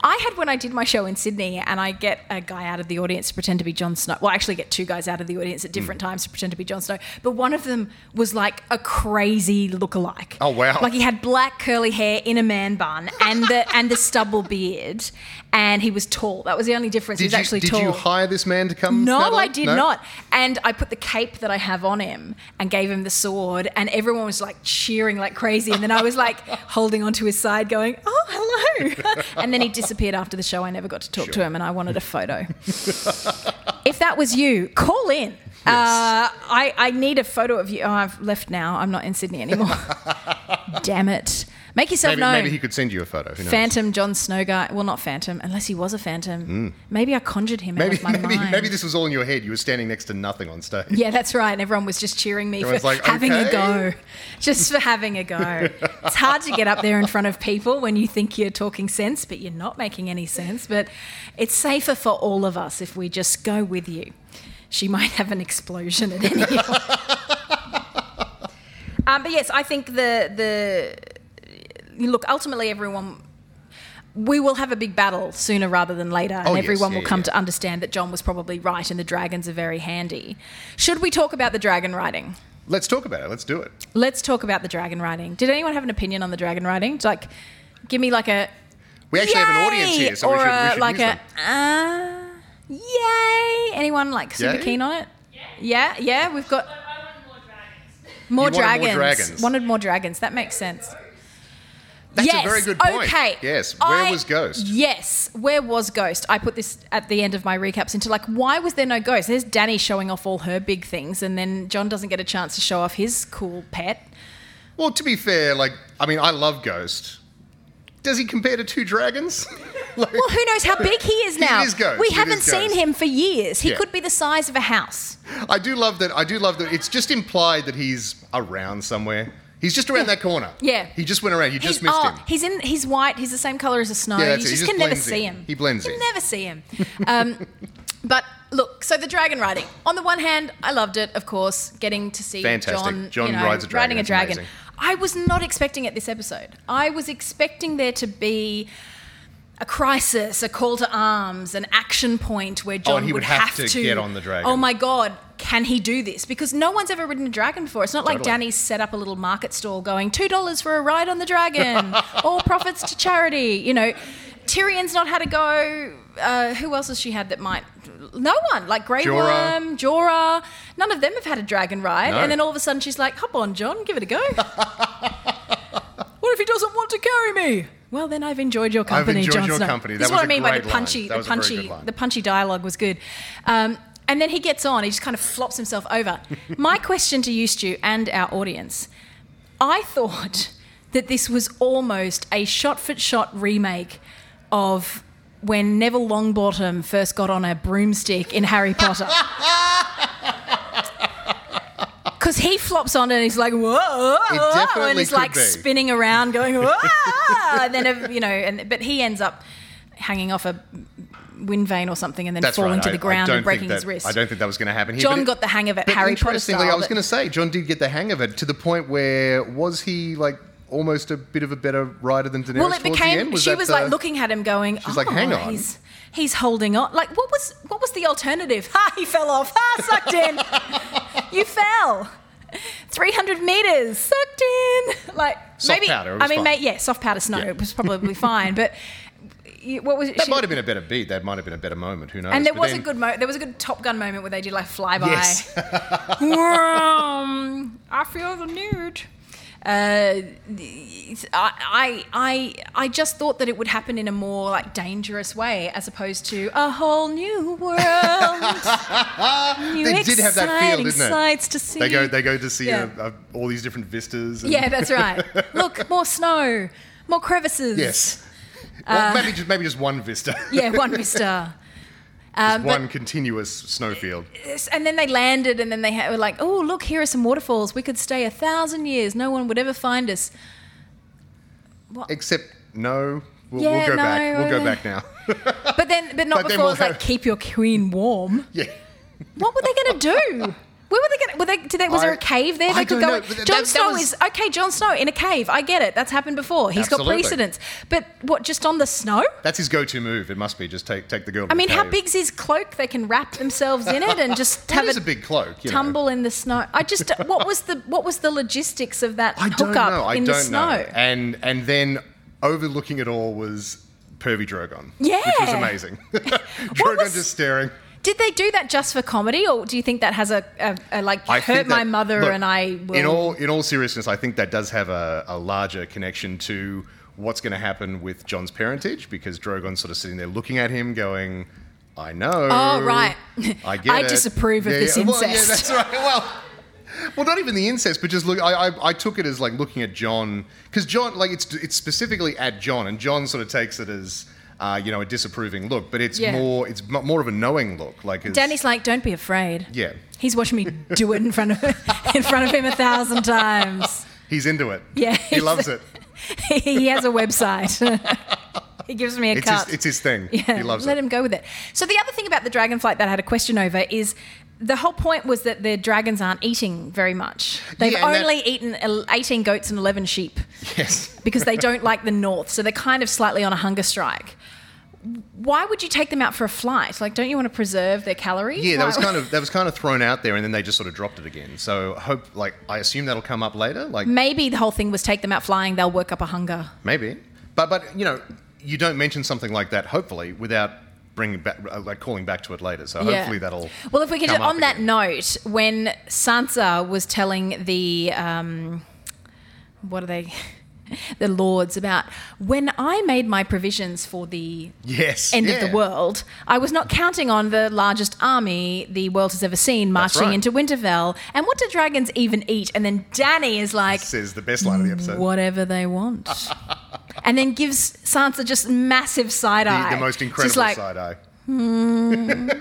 A: I had when I did my show in Sydney, and I get a guy out of the audience to pretend to be Jon Snow. Well, I actually get two guys out of the
B: Hmm.
A: audience at different times to pretend to be Jon Snow. But one of them was like a crazy look-alike.
B: Oh, wow.
A: Like he had black curly hair in a man bun and the and the stubble beard, and he was tall. That was the only difference. he was
B: you,
A: actually
B: did
A: tall.
B: you hire this man to come?
A: No,
B: Natalie?
A: I did
B: No?
A: not. And I put the cape that I have on him and gave him the sword, and everyone was like cheering like crazy. And then I was like holding onto his side, going, Oh, hello. and then he disappeared after the show. I never got to talk to him, and I wanted a photo. if that was you, call in. Uh, I, I need a photo of you. Oh, I've left now. I'm not in Sydney anymore. Damn it. Make yourself
B: Maybe,
A: known.
B: maybe he could send you a photo. Who knows?
A: Phantom John Snow guy. Well, not Phantom, unless he was a Phantom. Maybe I conjured him out
B: Maybe,
A: of my
B: Hmm. maybe,
A: mind.
B: maybe this was all in your head. You were standing next to nothing on stage.
A: yeah, that's right. And everyone was just cheering me
B: Everyone's
A: for
B: like,
A: having
B: "Okay."
A: a go. Just for having a go. it's hard to get up there in front of people when you think you're talking sense, but you're not making any sense. But it's safer for all of us if we just go with you. She might have an explosion at any Um, but yes, I think the the look ultimately everyone we will have a big battle sooner rather than later, and
B: Oh, yes.
A: everyone
B: Yeah,
A: will come
B: yeah.
A: to understand that John was probably right, and the dragons are very handy. Should we talk about the dragon riding?
B: Let's talk about it. Let's do it.
A: Let's talk about the dragon riding. Did anyone have an opinion on the dragon riding? Like, give me like a
B: We actually have an
A: yay!
B: audience here, so
A: or
B: we should, we
A: a,
B: should
A: like
B: use them.
A: a uh, yay. Anyone like super
B: Yay?
A: keen on it? Yeah, yeah, we've got
C: But I wanted more dragons.
A: more
B: You wanted
A: dragons.
B: more dragons.
A: Wanted more dragons. That makes sense.
B: That's
A: yes.
B: a very good point.
A: Okay.
B: Yes. Where
A: I-
B: was Ghost?
A: Yes. Where was Ghost? I put this at the end of my recaps into like, why was there no Ghost? There's Danny showing off all her big things, and then John doesn't get a chance to show off his cool pet.
B: Well, to be fair, like I mean, I love Ghost. Does he compare to two dragons? like,
A: Well, who knows how big he is now?
B: is Ghost.
A: We
B: It
A: haven't
B: is
A: seen
B: Ghost.
A: him for years. He
B: Yeah.
A: could be the size of a house.
B: I do love that. I do love that. It's just implied that he's around somewhere. He's just around that corner.
A: Yeah.
B: He just went around. You just
A: he's,
B: missed
A: oh,
B: him.
A: He's in. He's white. He's the same color as the snow.
B: Yeah,
A: you
B: that's
A: just,
B: it. He just
A: can never
B: blends
A: see
B: in.
A: him.
B: He blends
A: you
B: in.
A: never see him. Um, but look, so the dragon riding. On the one hand, I loved it. Of course, getting to see
B: Fantastic.
A: John.
B: John
A: you know,
B: rides a dragon.
A: Riding a
B: That's
A: dragon.
B: amazing.
A: I was not expecting it this episode. I was expecting there to be. A crisis, a call to arms, an action point where John
B: Oh, he would have to get on the dragon.
A: Oh my god, can he do this? Because no one's ever ridden a dragon before. It's not like
B: Totally.
A: Danny's set up a little market stall going two dollars for a ride on the dragon, all profits to charity. You know, Tyrion's not had a go. Uh, who else has she had that might? No one like Grey
B: Jorah.
A: Worm, Jorah. None of them have had a dragon ride,
B: No.
A: and then all of a sudden she's like, "Hop on, John, give it a go." what if he doesn't want to carry me? Well, then I've enjoyed your company,
B: enjoyed
A: Jon
B: your
A: Snow.
B: company. That
A: This is
B: was
A: what I
B: a
A: mean by the
B: great line.
A: punchy,
B: That
A: the
B: was a very good
A: punchy,
B: line.
A: the punchy dialogue was good. Um, and then he gets on. He just kind of flops himself over. My question to you, Stu, and our audience: I thought that this was almost a shot-for-shot remake of when Neville Longbottom first got on a broomstick in Harry Potter. Because he flops on and he's like, whoa, whoa, whoa and
B: definitely
A: he's like
B: could be.
A: spinning around, going, whoa, and then uh, you know, and but he ends up hanging off a wind vane or something, and then
B: That's
A: falling
B: right.
A: to
B: I-
A: the
B: I
A: ground
B: don't
A: and
B: think
A: breaking his
B: that-
A: wrist.
B: I don't think that was going to happen here.
A: John
B: but it-
A: got the hang of it,
B: but
A: Harry Potter
B: interestingly,
A: style.
B: I was
A: but-
B: going to say John did get the hang of it to the point where was he like almost a bit of a better rider than Daenerys
A: well, it
B: towards the
A: became.
B: end? Was
A: she
B: that
A: was
B: the-
A: like looking at him, going,
B: She's
A: oh,
B: like, "Hang on."
A: he's he's holding on." Like, what was what was the alternative? Ha! He fell off. Ha! Sucked in. you fell. 300 meters sucked in like
B: Soft
A: maybe
B: powder, it
A: i
B: was
A: mean
B: fine.
A: mate, yeah soft powder snow
B: Yeah.
A: it was probably fine but you- what was it?
B: That
A: She-
B: might have been a better beat. That might have been a better moment. Who knows?
A: and there
B: But
A: was
B: then-
A: a good mo- there was a good Top Gun moment where they did like flyby.
B: Yes.
A: Vroom. Um, I feel the nude. Uh, it's- I, I, I, I just thought that it would happen in a more like dangerous way, as opposed to a whole new world. new
B: They did have that feel,
A: exciting
B: didn't they?
A: Sights to see.
B: They go. They go to see
A: Yeah.
B: uh, uh, all these different vistas. And
A: yeah, that's right. Look, more snow, more crevices.
B: Yes.
A: Uh,
B: Well, maybe just maybe just one vista.
A: Yeah, one vista. Um, but-
B: one continuous snowfield.
A: Yes, and then they landed, and then they ha- were like, "Oh, look, here are some waterfalls. We could stay a thousand years. No one would ever find us."
B: Except no. We'll,
A: Yeah,
B: we'll go
A: no,
B: back. We'll go
A: uh,
B: back now.
A: But then, but not
B: But then
A: before
B: we'll
A: it was like,
B: have-
A: "Keep your queen warm."
B: yeah.
A: What were they going to do? Where were they going? Were they? Did they? Was there
B: I-
A: a cave there
B: I
A: they could
B: don't
A: go?
B: know,
A: in?
B: but that-
A: Jon
B: that
A: Snow
B: was-
A: is okay. Jon Snow in a cave. I get it. That's happened before. He's
B: Absolutely.
A: got precedence. But what? Just on the snow?
B: That's his go-to move. It must be just take take the girl. To
A: I mean,
B: the
A: how
B: cave.
A: big's his cloak? They can wrap themselves in it and just
B: That
A: have
B: is
A: it
B: a big cloak. You know.
A: tumble in the snow. I just what was the what was the logistics of that
B: I don't
A: hookup
B: know. I
A: in
B: don't
A: the snow?
B: know. And and then overlooking it all was Pervy Drogon. Which was
A: Yeah.
B: amazing. Drogon
A: was-
B: just staring.
A: Did they do that just for comedy, or do you think that has a, a, a like hurt
B: think
A: my
B: that-
A: mother
B: look,
A: and I will?
B: In all in all seriousness, I think that does have a, a larger connection to what's going to happen with John's parentage because Drogon's sort of sitting there looking at him, going, "I know."
A: Oh, right.
B: I get
A: I
B: it.
A: disapprove of this
B: Well, yeah,
A: incest.
B: that's right. Well. Well, not even the incest, but just look. I, I, I took it as like looking at John because John, like it's it's specifically at John, and John sort of takes it as uh, you know a disapproving look, but it's
A: Yeah.
B: more it's m- more of a knowing look. Like it's,
A: Danny's like, don't be afraid.
B: yeah,
A: He's watched me do it in front of in front of him a thousand times.
B: he's into it.
A: Yeah,
B: he loves it.
A: he has a website. he gives me a
B: It's
A: cut.
B: his, it's his thing.
A: Yeah,
B: he loves
A: let
B: it.
A: him go with it. So the other thing about the dragonflight that I had a question over is the whole point was that the dragons aren't eating very much. They've
B: Yeah, and that-
A: only eaten el- 18 goats and 11 sheep
B: yes.
A: because they don't like the north, so they're kind of slightly on a hunger strike. Why would you take them out for a flight? Like, don't you want to preserve their calories?
B: Yeah, that was
A: Why-
B: kind of that was kind of thrown out there, and then they just sort of dropped it again. So hope, like, I assume that'll come up later. Like
A: Maybe the whole thing was take them out flying, they'll work up a hunger.
B: maybe, but but you know, you don't mention something like that. Hopefully, without bringing back, uh, like calling back to it later. So
A: Yeah.
B: hopefully that'll.
A: Well, if we could,
B: come
A: just,
B: up
A: on that
B: again.
A: note, when Sansa was telling the um, what are they, the lords about when I made my provisions for the
B: yes,
A: end
B: yeah.
A: of the world, I was not counting on the largest army the world has ever seen marching
B: right.
A: into Winterfell. And what do dragons even eat? And then Danny is like,
B: Says the best line of the episode.
A: whatever they want. And then gives Sansa just massive side
B: The,
A: eye.
B: the most
A: Just
B: incredible
A: like,
B: side eye.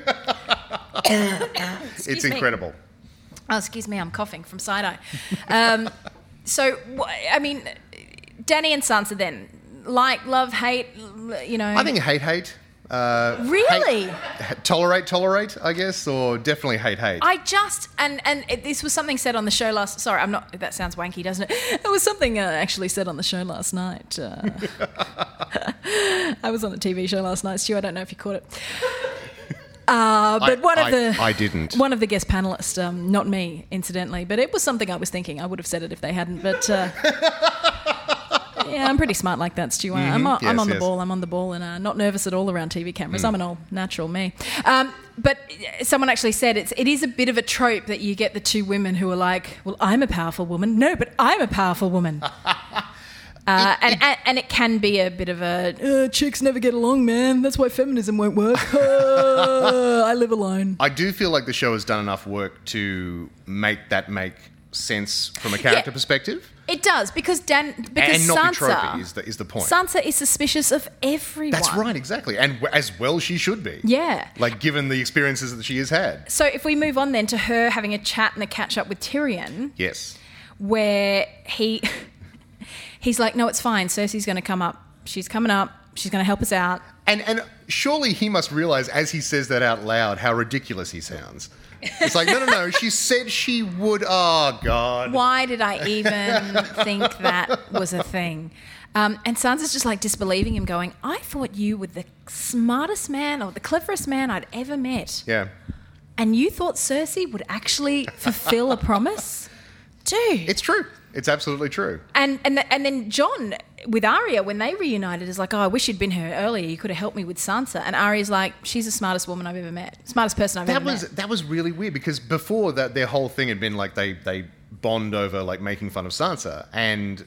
A: "Excuse
B: It's
A: me."
B: incredible.
A: Oh, excuse me, I'm coughing from side eye. Um, so, wh- I mean, Danny and Sansa then, like, love, hate, l- you know.
B: I think hate, hate. Uh, hate-
A: Really?
B: h- tolerate, tolerate, I guess, or definitely hate, hate.
A: I just and and it, this was something said on the show last. Sorry, I'm not. That sounds wanky, doesn't it? It was something uh, actually said on the show last night. Uh, I was on a TV show last night, Stu. I don't know if you caught it, uh, but
B: I-
A: one of
B: I-
A: the
B: I didn't.
A: one of the guest panelists, um, not me, incidentally, but it was something I was thinking. I would have said it if they hadn't, but. Uh, Yeah, I'm pretty smart like that, Stu. I- I'm, on, I'm
B: Yes,
A: on the
B: yes.
A: ball. I'm on the ball and uh, not nervous at all around TV cameras. I'm an all natural me. Um, but uh, someone actually said it's, it is a bit of a trope that you get the two women who are like, well, I'm a powerful woman. No, but I'm a powerful woman. Uh, and, and, and it can be a bit of a uh, chicks never get along, man. That's why feminism won't work. Uh, I live alone.
B: I do feel like the show has done enough work to make that make sense from a character perspective,
A: It does because Dan because
B: and not be
A: Sansa
B: tropey is the, is the point.
A: Sansa is suspicious of everyone.
B: That's right, exactly, and w- as well she should be.
A: Yeah.
B: like given the experiences that she has had.
A: So if we move on then to her having a chat and a catch up with Tyrion,
B: Yes,
A: where he he's like, "No, it's fine. Cersei's going to come up. She's coming up. She's going to help us out."
B: and and surely he must realize as he says that out loud how ridiculous he sounds. It's like no, no, no. she said she would. Oh God.
A: Why did I even think that was a thing? Um, and Sansa's just like disbelieving him, going, "I thought you were the smartest man or the cleverest man I'd ever met,
B: Yeah,
A: and you thought Cersei would actually fulfill a promise, dude."
B: it's true. It's absolutely true.
A: And and th- and then John with Arya when they reunited is like, oh, I wish you'd been here earlier. You could have helped me with Sansa. And Arya's like, she's the smartest woman I've ever met, smartest person I've
B: That
A: ever
B: was
A: met.
B: that was really weird because before that their whole thing had been like they they bond over like making fun of Sansa and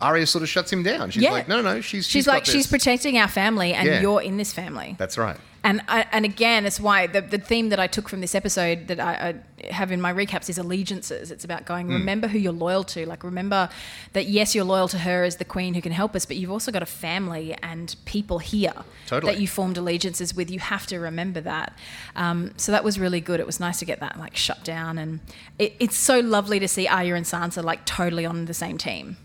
B: Arya sort of shuts him down. She's
A: Yeah.
B: like, no, no, no, she's
A: She's
B: got
A: like,
B: this."
A: she's protecting our family, and
B: Yeah.
A: you're in this family.
B: That's right.
A: And I, and again, it's why the, the theme that I took from this episode that I, I have in my recaps is allegiances. It's about
B: Hmm.
A: going, remember who you're loyal to. Like, remember that, yes, you're loyal to her as the queen who can help us, but you've also got a family and people here
B: Totally.
A: that you formed allegiances with. You have to remember that. Um, so that was really good. It was nice to get that, like, shut down. And it, it's so lovely to see Arya and Sansa, like, totally on the same team.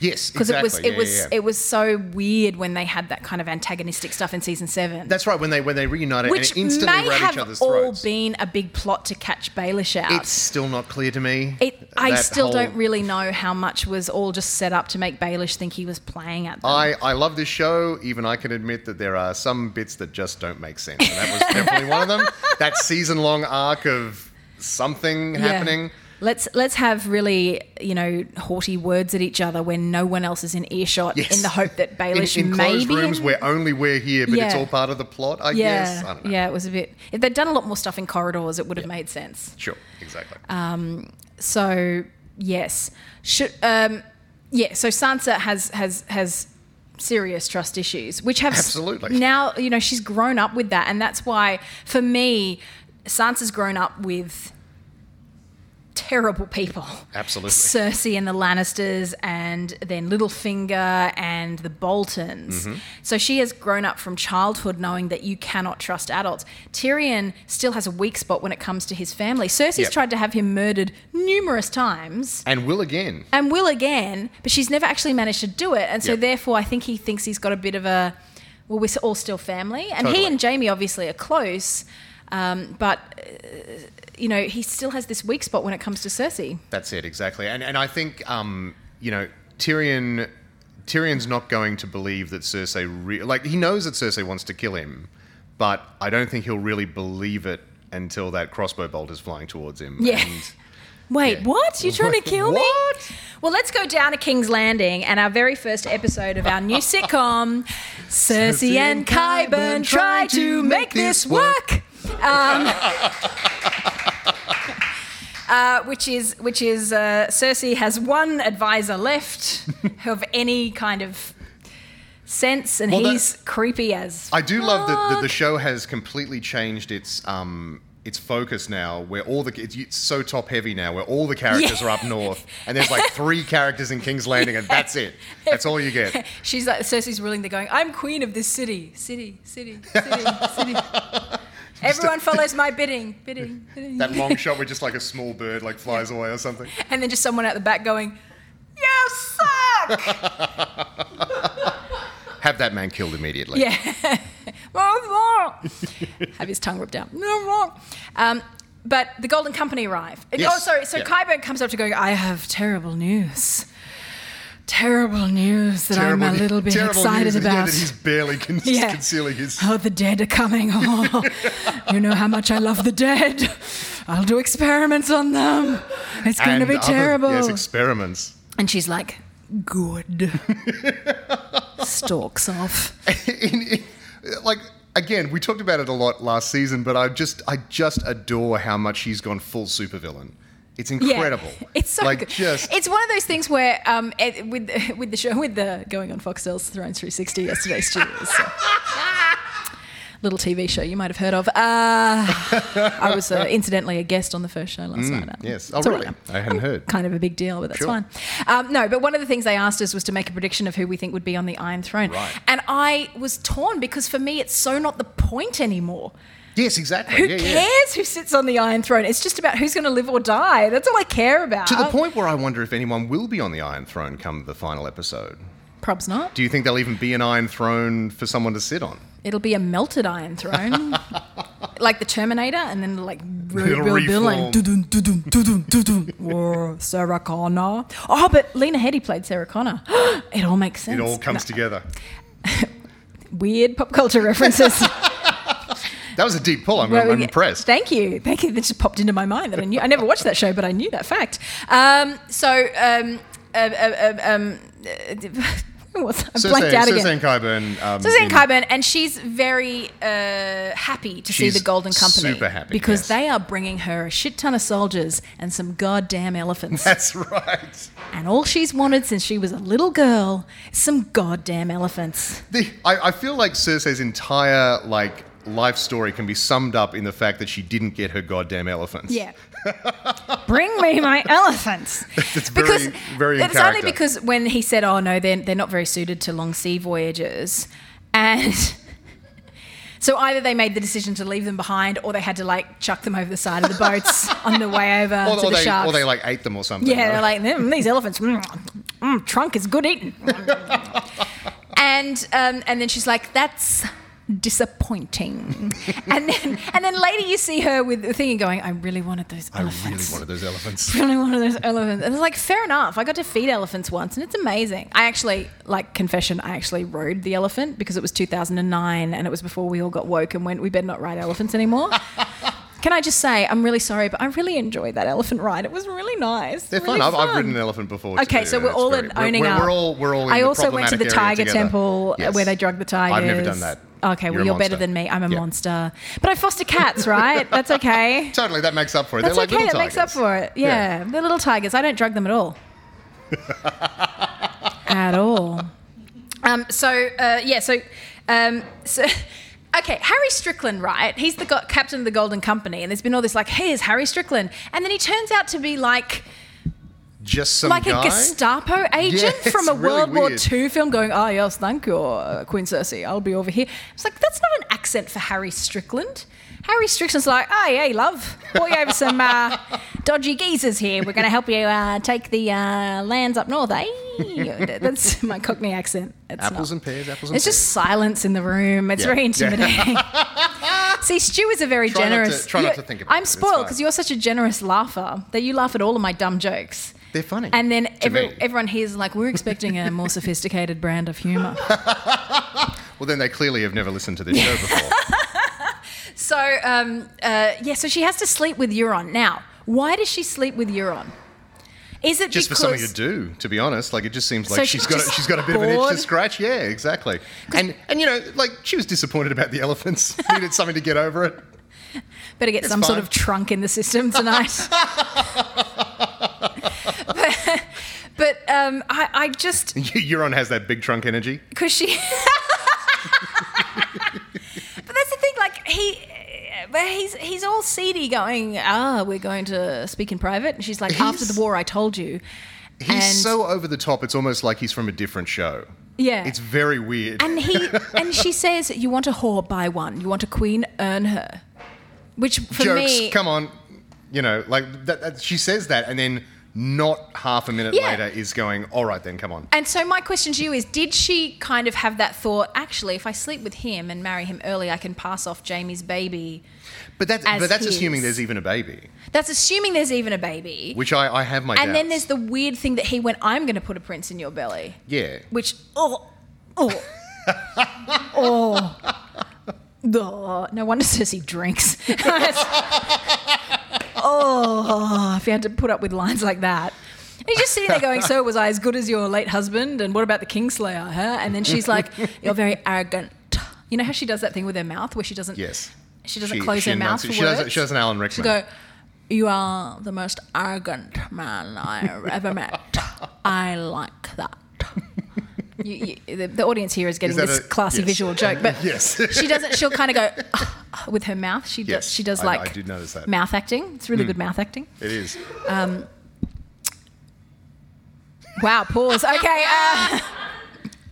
B: Yes,
A: Because
B: exactly.
A: it was it
B: Yeah,
A: was
B: yeah, yeah.
A: it was so weird when they had that kind of antagonistic stuff in season seven
B: That's right. When they when they reunited
A: which
B: and instantly
A: may
B: ran
A: have
B: each other's
A: all
B: throats.
A: been a big plot to catch Baelish out.
B: it's still not clear to me.
A: it, I
B: That
A: still
B: whole-
A: don't really know how much was all just set up to make Baelish think he was playing at them.
B: I, I love this show. Even I can admit that there are some bits that just don't make sense. And that was definitely one of them. That season long arc of something
A: Yeah.
B: happening.
A: Let's let's have really you know haughty words at each other when no one else is in earshot,
B: Yes.
A: in the hope that
B: in,
A: Baelish
B: in closed
A: maybe
B: rooms where only we're here, but it's
A: Yeah.
B: all part of the plot, I
A: yeah
B: guess. I don't know.
A: yeah it was a bit. If they'd done a lot more stuff in corridors, it would have made sense.
B: Sure, exactly.
A: Uh, So yes, should um, yeah. So Sansa has has has serious trust issues, which have s-
B: Absolutely.
A: now you know she's grown up with that, and that's why for me, Sansa's grown up with. terrible people.
B: Absolutely.
A: Cersei and the Lannisters, and then Littlefinger and the Boltons.
B: Mm-hmm.
A: So she has grown up from childhood knowing that you cannot trust adults. Tyrion still has a weak spot when it comes to his family. Cersei's
B: Yep.
A: tried to have him murdered numerous times.
B: And will again.
A: And will again, but she's never actually managed to do it. And so,
B: Yep.
A: therefore, I think he thinks he's got a bit of a well, we're all still family. And he
B: Totally.
A: and Jamie obviously are close, um, but uh, you know, he still has this weak spot when it comes to Cersei.
B: That's it, exactly. And and I think um, you know Tyrion. Tyrion's not going to believe that Cersei re- like he knows that Cersei wants to kill him, but I don't think he'll really believe it until that crossbow bolt is flying towards him.
A: Yeah.
B: And-
A: Wait,
B: Yeah.
A: what? You're trying to kill
B: What?
A: me? Well, let's go down to King's Landing and our very first episode of our new sitcom, Cersei and Kyburn try to make this work. Um, uh, which is which is uh, Cersei has one advisor left of any kind of sense, and
B: Well, that-
A: he's creepy as.
B: I do love that, that the
A: fuck.
B: show has completely changed its um, its focus now, where all the it's, it's so top heavy now, where all the characters
A: Yeah.
B: are up north, and there's like three characters in King's Landing, and that's it. That's all you get.
A: She's like Cersei's ruling. They're going. I'm queen of this city, city, city, city, city. Everyone follows my bidding, bidding, bidding.
B: That long shot where just like a small bird like flies away or something.
A: and then just someone out the back going, "You suck."
B: Have that man killed immediately.
A: yeah. Have his tongue ripped out. Um, but the Golden Company arrive. And-
B: Yes.
A: Oh, sorry. So
B: Yeah.
A: Kyburn comes up to going. I have terrible news. Terrible news that I'm a
B: ne-
A: little bit
B: terrible
A: excited
B: news that-
A: about.
B: yeah, that he's barely con-
A: Yeah.
B: concealing his.
A: Oh, the dead are coming. Oh, you know how much I love the dead. I'll do experiments on them. It's going to
B: and
A: be
B: other-
A: terrible.
B: Yes, experiments.
A: and she's like, good. Stalks off.
B: in, in, like again, we talked about it a lot last season, but I just I just adore how much he's gone full supervillain. It's incredible.
A: Yeah. It's so
B: like
A: good.
B: just
A: It's one of those things where um, it, with with the show with the going on Foxtel's Thrones 360 yesterday studios. so. uh, Little TV show you might have heard of. Uh, I was uh, incidentally a guest on the first show last night.
B: yes. Oh,
A: It's all
B: really? I
A: I'm
B: hadn't heard.
A: Kind of a big deal, but that's
B: Sure.
A: fine. Um, no, but one of the things they asked us was to make a prediction of who we think would be on the Iron Throne.
B: Right.
A: And I was torn because for me, it's so not the point anymore.
B: yes, exactly.
A: Who
B: yeah, yeah.
A: cares who sits on the Iron Throne? It's just about who's going to live or die. That's all I care about.
B: To the point where I wonder if anyone will be on the Iron Throne come the final episode.
A: Prob's not.
B: Do you think there'll even be an Iron Throne for someone to sit on?
A: It'll be a melted Iron Throne, like the Terminator, and then like Ro-
B: It'll
A: Bill Billing.
B: reform.
A: Doo-doo, doo-doo, doo-doo, doo-doo. Or Sarah Connor. Oh, but Lena Headey played Sarah Connor. it all makes sense.
B: It all comes
A: No,
B: together.
A: Weird pop culture references.
B: That was a deep pull. I'm,
A: Well,
B: I'm
A: yeah.
B: impressed.
A: Thank you, thank you. That just popped into my mind that I knew. I never watched that show, but I knew that fact. Um, so, um, uh, uh, uh, um, uh, where was I? I
B: Cersei-
A: blanked out again.
B: Cersei Kyburn. Um,
A: Suzanne
B: in-
A: Kyburn, and she's very uh, happy to see
B: She's
A: the Golden Company.
B: super happy,
A: because
B: yes.
A: they are bringing her a shit ton of soldiers and some goddamn elephants.
B: That's right.
A: and all she's wanted since she was a little girl is some goddamn elephants.
B: The, I, I feel like Cersei's entire like life story can be summed up in the fact that she didn't get her goddamn elephants.
A: Yeah. Bring me my elephants.
B: That's very- very in
A: It's only
B: character.
A: because when he said, "Oh no, they're they're not very suited to long sea voyages," and so either they made the decision to leave them behind, or they had to like chuck them over the side of the boats on the way over
B: Or,
A: to
B: or
A: the
B: they,
A: sharks.
B: or they like ate them or something.
A: yeah,
B: right?
A: they're like "Mm, these elephants. Mm, mm, trunk is good eating. and um, and then she's like, "That's." Disappointing, and then and then later you see her with the thing and going. I really wanted those
B: I
A: elephants
B: really wanted those elephants.
A: really one of those elephants. And it's like, fair enough. I got to feed elephants once, and it's amazing. I actually, like, confession, I actually rode the elephant because it was 2009 and it was before we all got woke and went, we better not ride elephants anymore. Can I just say, I'm really sorry, but I really enjoyed that elephant ride. It was really nice.
B: They're
A: really
B: fun. I've, I've ridden an elephant before.
A: Okay,
B: too,
A: so
B: and
A: we're
B: it's
A: all
B: very-
A: in owning
B: we're,
A: up.
B: We're all, we're all in
A: I
B: the
A: also went to the
B: problematic area
A: tiger
B: together.
A: temple uh,
B: Yes.
A: where they drug the tigers.
B: I've never done that.
A: Okay,
B: You're
A: well,
B: a
A: you're better
B: monster.
A: than me. I'm a
B: Yeah.
A: monster. But I foster cats, right? That's okay.
B: Totally, that makes up for it.
A: That's
B: They're like
A: okay. that
B: little
A: makes up
B: tigers.
A: for it. Yeah. they're little tigers. I don't drug them at all. at all. Um, so uh, yeah. So um, so Okay, Harry Strickland, right? He's the go- captain of the Golden Company, and there's been all this like, "Here's Harry Strickland," and then he turns out to be like,
B: Just some
A: like
B: guy.
A: a Gestapo agent
B: Yeah,
A: from a
B: it's really
A: World War
B: weird.
A: II film, going, "Oh yes, thank you, uh, Queen Cersei. I'll be over here." It's like that's not an accent for Harry Strickland. Harry Strickland's like, "Oh yeah, love, brought you over some uh, dodgy geezers here. We're going to help you uh, take the uh, lands up north." Eh? That's my Cockney accent. It's
B: apples
A: not.
B: and pears. Apples and
A: It's
B: pears.
A: just silence in the room. It's
B: Yeah.
A: very
B: Yeah.
A: intimidating. See, Stu is a very
B: Try not to-
A: generous.
B: try not
A: you-
B: to think about it.
A: I'm
B: It's
A: spoiled
B: fine.
A: because you're such a generous laugher that you laugh at all of my dumb jokes.
B: They're funny.
A: And then
B: to
A: every,
B: me.
A: everyone here is like, we're expecting a more sophisticated brand of humor.
B: well, then they clearly have never listened to this show before.
A: So, um, uh, yeah, so she has to sleep with Euron. Now, why does she sleep with Euron? Is it
B: just for
A: because
B: something to do, to be honest. Like it just seems like
A: So
B: she's
A: she's
B: got a,
A: just
B: she's got a bit of an itch to
A: bored?
B: scratch. Yeah, exactly. And and you know, like she was disappointed about the elephants. Needed something to get over it.
A: Better get some sort
B: fine.
A: of trunk in the system tonight. but but um, I, I just
B: Euron has that big trunk energy.
A: because she. but that's the thing, like he. But he's he's all seedy, going. Ah, we're going to speak in private, and she's like, "After
B: He's-
A: the war, I told you."
B: He's so over the top. It's almost like he's from a different show.
A: Yeah.
B: It's very weird.
A: And he and she says, "You want a whore, buy one. You want a queen, earn her." Which for
B: Jokes.
A: me,
B: Come on. You know, like that, that, she says that, and then not half a minute
A: Yeah.
B: later is going. All right, then come on.
A: And so my question to you is, did she kind of have that thought? Actually, if I sleep with him and marry him early, I can pass off Jamie's baby.
B: But that's
A: As
B: but that's
A: his.
B: assuming there's even a baby,
A: That's assuming there's even a baby.
B: which I, I have my
A: and
B: doubts.
A: then there's the weird thing that he went, "I'm going to put a prince in your belly,"
B: yeah.
A: which oh oh oh. Duh. No wonder Cersei drinks. oh, if you had to put up with lines like that. And you're just sitting there going, So was I as good as your late husband? And what about the Kingslayer? Huh? And then she's like, You're very arrogant. You know how she does that thing with her mouth where she doesn't
B: Yes.
A: she doesn't close her mouth
B: announces-
A: for
B: She
A: words?
B: does. She does an Alan
A: to
B: Rickman.
A: go, You are the most arrogant man I ever met. I like that. You, you, the, the audience here is getting
B: that
A: this
B: a-
A: classy
B: yes.
A: visual joke, but
B: Yes.
A: she doesn't. She'll kind of go with her mouth. She
B: Yes,
A: does. She does
B: I-
A: like
B: I did notice that. Hmm.
A: mouth acting. It's really good mouth acting.
B: It is.
A: Wow. Pause. Okay. Uh,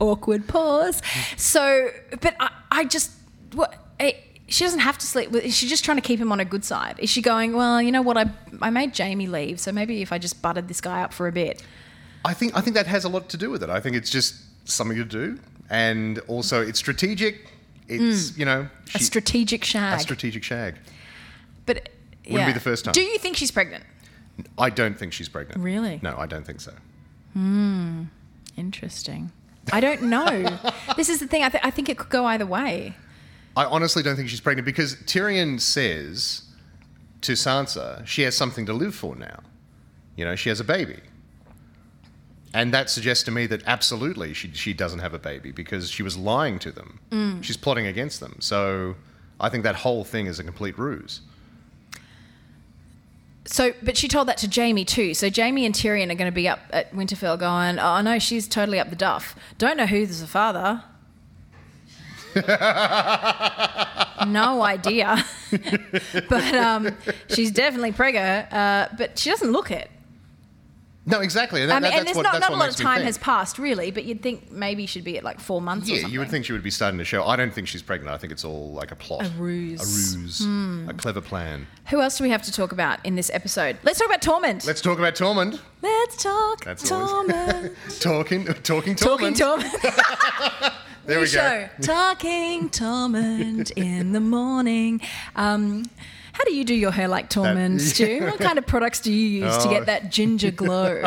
A: awkward pause. So, but I, I just what. It, she doesn't have to sleep with. Is she just trying to keep him on her good side? Is she going? Well, you know what? I I made Jamie leave, so maybe if I just buttered this guy up for a bit,
B: I think I think that has a lot to do with it. I think it's just something to do, and also it's strategic. It's you know
A: Hmm. a
B: she-
A: strategic
B: a
A: shag.
B: strategic shag.
A: but yeah.
B: Wouldn't be the first time.
A: Do you think she's pregnant?
B: I don't think she's pregnant.
A: Really?
B: No, I don't think so.
A: Interesting. I don't know. this is the thing. I, th- I think it could go either way.
B: I honestly don't think she's pregnant because Tyrion says to Sansa she has something to live for now. You know, she has a baby. And that suggests to me that absolutely she, she doesn't have a baby because she was lying to them.
A: Hmm.
B: She's plotting against them. So I think that whole thing is a complete ruse.
A: So, but she told that to Jamie too. So Jamie and Tyrion are going to be up at Winterfell going, "Oh no, she's totally up the duff. Don't know who's the father. no idea. but um, she's definitely preggo. Uh, but she doesn't look it.
B: No, exactly. And, that,
A: I mean,
B: that-
A: and
B: that's
A: there's
B: what,
A: not,
B: that's
A: not a
B: what
A: lot
B: makes
A: of
B: me
A: time
B: think.
A: has passed really. But you'd think maybe she'd be at like four months. or
B: Yeah,
A: something.
B: you would think she would be starting to show. I don't think she's pregnant. I think it's all like a plot,
A: A ruse. Hmm.
B: a ruse, a clever plan.
A: Who else do we have to talk about in this episode? Let's talk about Torment.
B: Let's talk about Tormund.
A: Let's talk
B: That's always-
A: Torment.
B: Talking, talking, Tormund.
A: Talking Torment.
B: There
A: New
B: we go.
A: show. Talking Torment in the morning. Um, how do you do your hair like Torment, Stu? What kind of products do you use to
B: Oh.
A: get that ginger glow?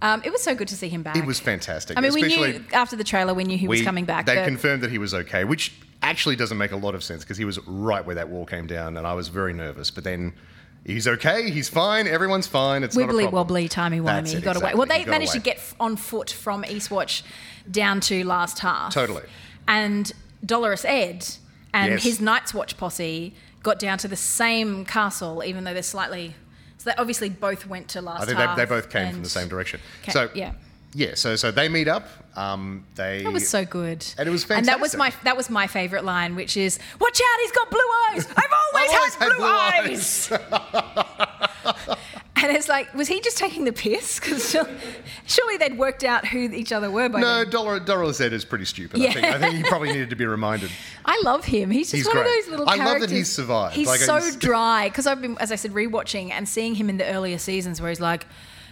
A: um, it was so good to see him back.
B: It was fantastic.
A: I mean, we
B: Especially
A: knew after the trailer, we knew he was
B: we-
A: coming back.
B: They
A: but-
B: confirmed that he was okay, which actually doesn't make a lot of sense because he was right where that wall came down, and I was very nervous. But then he's okay. He's fine. Everyone's fine. It's not a
A: Wibbly
B: problem.
A: wobbly, timey wimey.
B: That's
A: He
B: it,
A: got away.
B: exactly.
A: Well,
B: He
A: they
B: got
A: managed to
B: away.
A: get f- on foot from Eastwatch down to last half.
B: Totally.
A: And Dolores Ed and
B: Yes.
A: his Night's Watch posse got down to the same castle, even though they're slightly. So they obviously both went to last
B: I think
A: half.
B: they, they both came from
A: and
B: the same direction.
A: ca-
B: so
A: yeah.
B: yeah, so so they meet up. Um, they
A: That was so good.
B: And it was
A: And that was my
B: fantastic.
A: that was my favorite line, which is, "Watch out, he's got blue eyes. I've always,
B: always
A: had, blue eyes." and it's like, was he just taking the piss? Because surely they'd worked out who each other were by
B: no
A: then.
B: Dollar Dollar Z is pretty stupid. I,
A: Yeah.
B: think. I think he probably needed to be reminded.
A: I love him. He's just
B: He's
A: one
B: great.
A: of those little
B: I love that
A: characters.
B: he's survived.
A: He's
B: Like,
A: so
B: he's-
A: dry because I've been, as I said, rewatching and seeing him in the earlier seasons where he's like,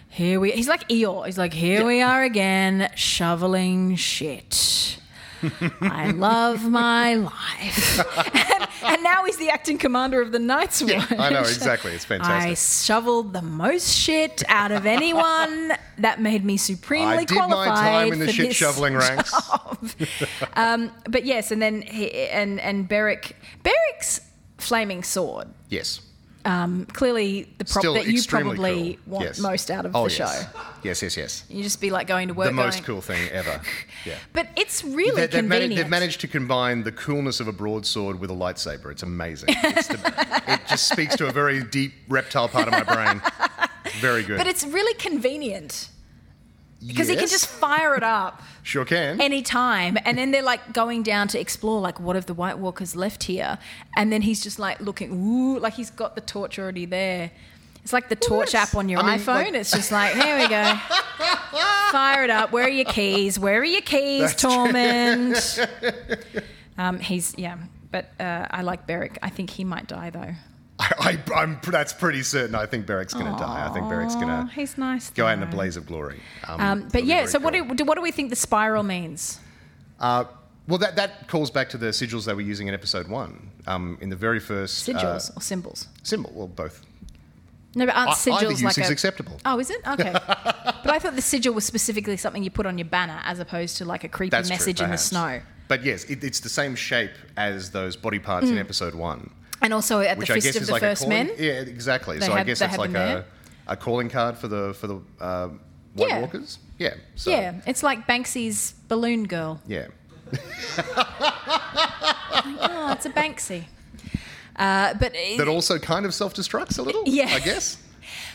A: "Here we," he's like Eeyore. He's like, "Here we are again, shoveling shit." I love my life. and, and now he's the acting commander of the Knights Watch.
B: I know exactly. It's fantastic.
A: I shoveled the most shit out of anyone. that made me supremely
B: I did my
A: qualified
B: time in the
A: for
B: shit
A: this
B: shoveling ranks.
A: job. um, but yes, and then he, and and Beric Beric's flaming sword.
B: Yes.
A: Um, clearly, the prop
B: Still
A: that you
B: extremely
A: probably
B: cool.
A: want
B: Yes.
A: most out of
B: Oh,
A: the
B: yes.
A: show.
B: Yes, yes, yes.
A: You just be like going to work.
B: the most
A: going-
B: cool thing ever. Yeah.
A: But it's really
B: they've, mana-
A: convenient.
B: they've managed to combine the coolness of a broadsword with a lightsaber. It's amazing. It's the, it just speaks to a very deep reptile part of my brain. Very good.
A: but it's really convenient because he can
B: Yes,
A: just fire it up.
B: sure can.
A: anytime. And then they're like going down to explore, like, what have the White Walkers left here? And then he's just like looking, ooh, like he's got the torch already there. It's like the torch
B: that's-
A: app on your
B: I mean,
A: iPhone.
B: like-
A: it's just like, here we go. Fire it up. Where are your keys? Where are your keys, Tormund? um, he's, yeah. But uh, I like Beric. I think he might die, though.
B: I, I, am that's pretty certain. I think Beric's going to die. I think Beric's going
A: Oh,
B: to
A: he's nice.
B: go out in a
A: though.
B: blaze of glory.
A: Um,
B: it'll
A: but
B: be
A: yeah,
B: very
A: so what
B: cool.
A: do, what do we think the spiral means?
B: Uh, well, that, that calls back to the sigils they were using in episode one. Um, in the very first uh,
A: Sigils or symbols?
B: symbol, well, both.
A: No, but aren't
B: I-
A: sigils
B: either use
A: like
B: is
A: a,
B: acceptable.
A: Oh, is it? Okay. but I thought the sigil was specifically something you put on your banner as opposed to like a creepy
B: That's true,
A: message in the
B: perhaps.
A: snow.
B: But yes, it, it's the same shape as those body parts in episode one,
A: And also at
B: which
A: Mm. the
B: I
A: Fist
B: guess
A: of
B: is
A: the
B: like
A: First
B: a calling,
A: Men.
B: Yeah, exactly.
A: They
B: so I
A: had-
B: guess
A: they
B: that's
A: had
B: like
A: them
B: a, a calling card for the for the uh, White
A: Yeah.
B: Walkers. Yeah. So,
A: Yeah, it's like Banksy's balloon girl.
B: Yeah.
A: Oh, it's a Banksy. Uh, but it-
B: That also kind of self destructs a little.
A: Yeah.
B: I guess.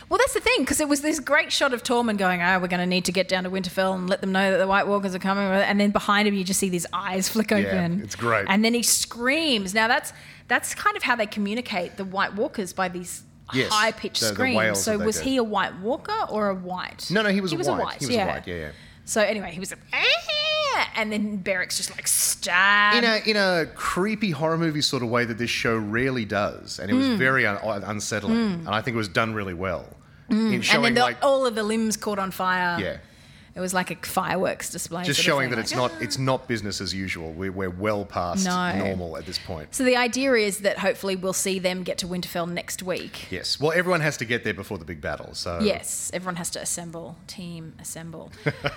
A: well, that's the thing because it was this great shot of Tormund going, "Oh, we're going to need to get down to Winterfell and let them know that the White Walkers are coming." And then behind him, you just see these eyes flick open.
B: it's great.
A: And then he screams. Now that's that's kind of how they communicate the White Walkers by these
B: Yes,
A: high pitched
B: the- the
A: screams.
B: wails
A: so
B: that they
A: was
B: do.
A: he a White Walker or a White?
B: No, no, he was, a, white. He was
A: yeah.
B: a white. Yeah, yeah.
A: So anyway, he was like, "Ah!" and then Beric's just like stabbed.
B: in a in a creepy horror movie sort of way that this show rarely does, and it
A: Hmm.
B: was very un- un- unsettling, and I think it was done really well in
A: Hmm. and
B: showing
A: then the, oh,
B: like
A: all of the limbs caught on fire.
B: yeah,
A: It was like a fireworks display.
B: just
A: sort of
B: showing
A: thing,
B: that
A: like, "Ah."
B: it's not it's not business as usual. We're, we're well past
A: No.
B: normal at this point.
A: So the idea is that hopefully we'll see them get to Winterfell next week.
B: Yes, well, everyone has to get there before the big battle, so
A: Yes, everyone has to assemble. Team assemble.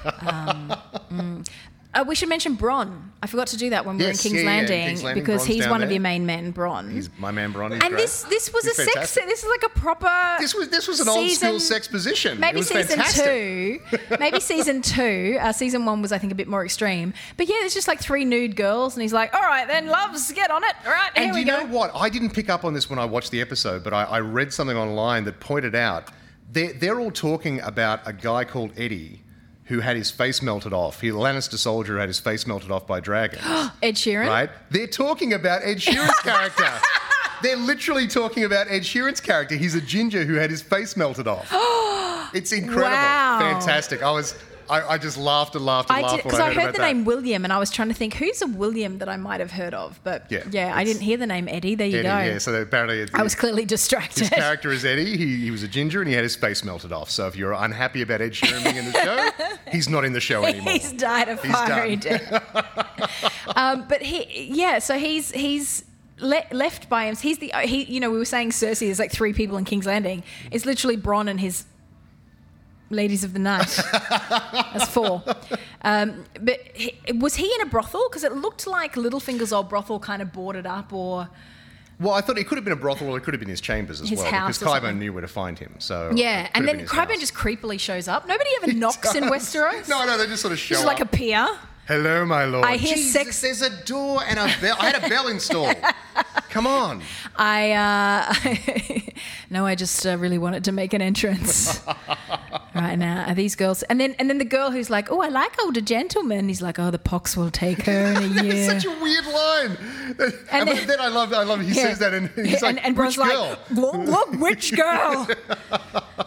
A: um, mm. Uh, we should mention Bron. I forgot to do that when we were in
B: Yes,
A: King's,
B: yeah, yeah, in
A: Landing,
B: King's Landing,
A: because
B: Bron's
A: he's
B: down
A: one of
B: there.
A: your main men, Bron.
B: he's my man Bron. he's
A: and
B: great.
A: this this was
B: He's
A: a sex.
B: fantastic.
A: This is like a proper.
B: This was this was an
A: season-
B: old school sex position. it
A: Maybe
B: was
A: season
B: fantastic.
A: two. Maybe season two. Uh, season one was, I think, a bit more extreme. But yeah, there's just like three nude girls, and he's like, "All right, then, loves, get on it. All right, here
B: And
A: we
B: do you
A: go."
B: know what? I didn't pick up on this when I watched the episode, but I, I read something online that pointed out they're, they're all talking about a guy called Eddie who had his face melted off. He, the Lannister soldier, who had his face melted off by dragons,
A: Ed Sheeran.
B: right? They're talking about Ed Sheeran's character. They're literally talking about Ed Sheeran's character. He's a ginger who had his face melted off. it's incredible.
A: Wow.
B: Fantastic. I was. I, I just laughed and laughed and
A: I
B: laughed
A: did
B: when
A: because
B: I
A: I
B: heard,
A: heard
B: about
A: the
B: that.
A: name William, and I was trying to think who's a William that I might have heard of, but
B: Yeah,
A: yeah, I
B: it's-
A: didn't hear the name Eddie. There you
B: Eddie,
A: go.
B: yeah. So that apparently, it,
A: I was clearly distracted.
B: His character is Eddie. He, he was a ginger and he had his face melted off. So if you're unhappy about Ed Sheeran being in the show, he's not in the show anymore.
A: he's died a
B: He's
A: fiery
B: done.
A: death. um, but he, yeah, so he's he's le- left by him. He's the uh, he. You know, we were saying Cersei. There's like three people in King's Landing. It's literally Bronn and his ladies of the night. That's four. Um, but he, was he in a brothel? Because it looked like Littlefinger's old brothel, kind of boarded up, or
B: well, I thought it could have been a brothel or it could have been his chambers as
A: His
B: well
A: house
B: because
A: or
B: Kyburn
A: something.
B: knew where to find him. So
A: yeah.
B: it could have
A: And
B: been
A: then
B: his
A: Cryburn
B: house.
A: just creepily shows up. Nobody ever knocks in
B: does.
A: Westeros.
B: No, no, they just sort of show
A: Just like a
B: up.
A: pier.
B: Hello, my lord.
A: I hear
B: Jesus,
A: sex-
B: There's a door and a bell. I had a bell installed. Come on.
A: I uh, no, I just uh, really wanted to make an entrance. right now are these girls and then and then the girl who's like oh i like older gentlemen he's like oh the pox will take her in a
B: It's
A: year
B: such a weird line. And,
A: And
B: but
A: then-
B: then I love, I love. He
A: Yeah.
B: says that, and he's like,
A: and, and
B: "Which
A: Bron's
B: girl?"
A: like, look, look, which girl?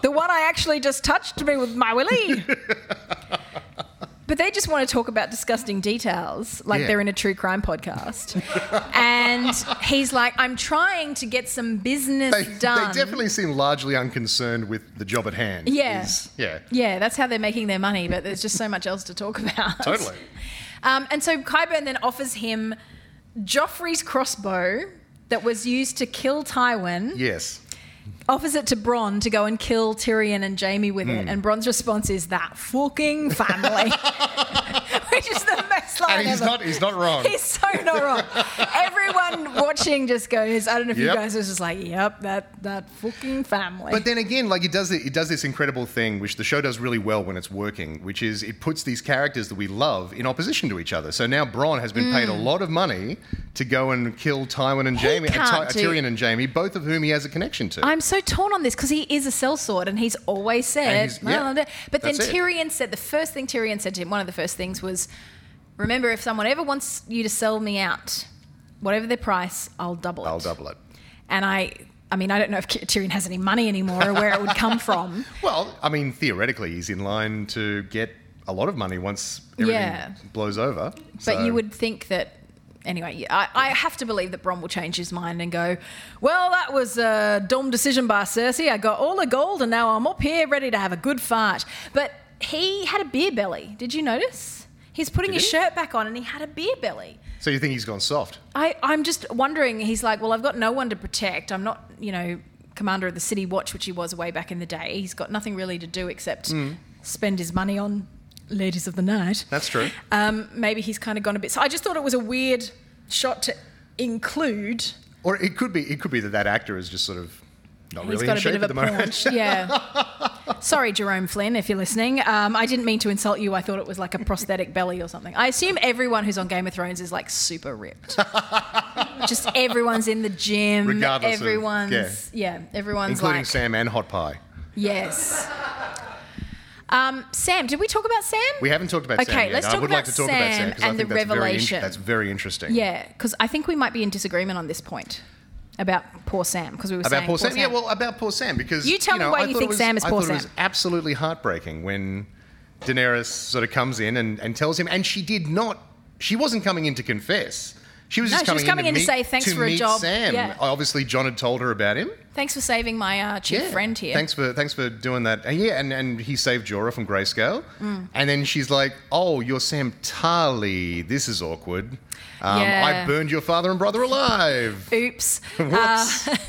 A: the one I actually just touched me with my willy. but they just want to talk about disgusting details, like
B: Yeah.
A: they're in a true crime podcast. and he's like, I'm trying to get some business
B: they, they
A: done.
B: definitely seem largely unconcerned with the job at hand.
A: Yeah.
B: Is- yeah,
A: yeah, that's how they're making their money, but there's just so much else to talk about.
B: totally.
A: Um, and so Kyburn then offers him Joffrey's crossbow that was used to kill Tywin.
B: Yes.
A: offers it to Bronn to go and kill Tyrion and Jamie with
B: Hmm.
A: it, and Bronn's response is that fucking family, which is the best line
B: And he's
A: ever.
B: not. He's not wrong.
A: He's so not wrong. Everyone watching just goes, I don't know if
B: Yep.
A: you guys are just like, yep, that that fucking family.
B: But then again, like it does it, it does this incredible thing, which the show does really well when it's working, which is it puts these characters that we love in opposition to each other. So now Bronn has been paid a
A: Mm.
B: lot of money to go and kill Tywin and Jamie, uh,
A: can't
B: Ty-
A: do-
B: Tyrion and Jamie, both of whom he has a connection to.
A: I'm so torn on this because he is a sellsword and he's always
B: And
A: said.
B: he's-
A: "No,
B: yeah,
A: no, no." but then
B: that's it.
A: Tyrion said the first thing Tyrion said to him, one of the first things was, "Remember, if someone ever wants you to sell me out, whatever their price, I'll double it."
B: I'll double it.
A: And I, I mean, I don't know if Tyrion has any money anymore or where it would come from.
B: Well, I mean, theoretically, he's in line to get a lot of money once everything
A: Yeah.
B: blows over.
A: But you would think that. Anyway, I, I have to believe that Bron will change his mind and go, Well, that was a dumb decision by Cersei. I got all the gold and now I'm up here ready to have a good fight. But he had a beer belly. Did you notice? He's putting
B: Did
A: his
B: he?
A: shirt back on and he had a beer belly.
B: So you think he's gone soft?
A: I, I'm just wondering. He's like, well, I've got no one to protect. I'm not, you know, commander of the city watch, which he was way back in the day. He's got nothing really to do except spend his money on ladies of the night.
B: That's true.
A: Um, maybe he's kind of gone a bit. So I just thought it was a weird shot to include.
B: Or it could be. It could be that that actor is just sort of not
A: He's
B: really
A: got
B: in
A: a
B: shape
A: bit of
B: at
A: a
B: the moment.
A: paunch. Yeah. Sorry, Jerome Flynn, if you're listening. Um, I didn't mean to insult you. I thought it was like a prosthetic belly or something. I assume everyone who's on Game of Thrones is like super ripped. Just everyone's in the gym.
B: Regardless of-
A: everyone's yeah. everyone's
B: Including
A: like
B: Sam and Hot Pie.
A: yes. Um, Sam, did we talk about Sam?
B: We haven't talked about Sam
A: Okay,
B: yet.
A: let's
B: I
A: talk
B: would like to
A: about
B: talk about Sam
A: Sam
B: 'cause I
A: and
B: think
A: the
B: that's Very
A: revelation.
B: in- that's very interesting.
A: yeah, because I think we might be in disagreement on this point about poor Sam because we were
B: About
A: saying
B: poor Sam. Yeah, well, about poor Sam because
A: You tell me
B: know,
A: why
B: I
A: you
B: thought it
A: think
B: was-
A: Sam is
B: I
A: poor
B: thought It was
A: Sam.
B: absolutely heartbreaking when Daenerys sort of comes in and, and tells him, and she did not. She wasn't coming in to confess. She was
A: No,
B: just
A: she
B: coming,
A: was coming
B: in to,
A: in to
B: meet-
A: say, "Thanks for a
B: meet
A: job."
B: Sam.
A: Yeah.
B: Obviously, John had told her about him.
A: thanks for saving my uh, chief
B: Yeah.
A: friend here.
B: Thanks for thanks for doing that. And yeah, and, and he saved Jorah from Grayscale.
A: Mm.
B: And then she's like, "Oh, you're Sam Tarly. This is awkward. Um,
A: Yeah.
B: I burned your father and brother alive."
A: Oops. Uh,
B: Whoops.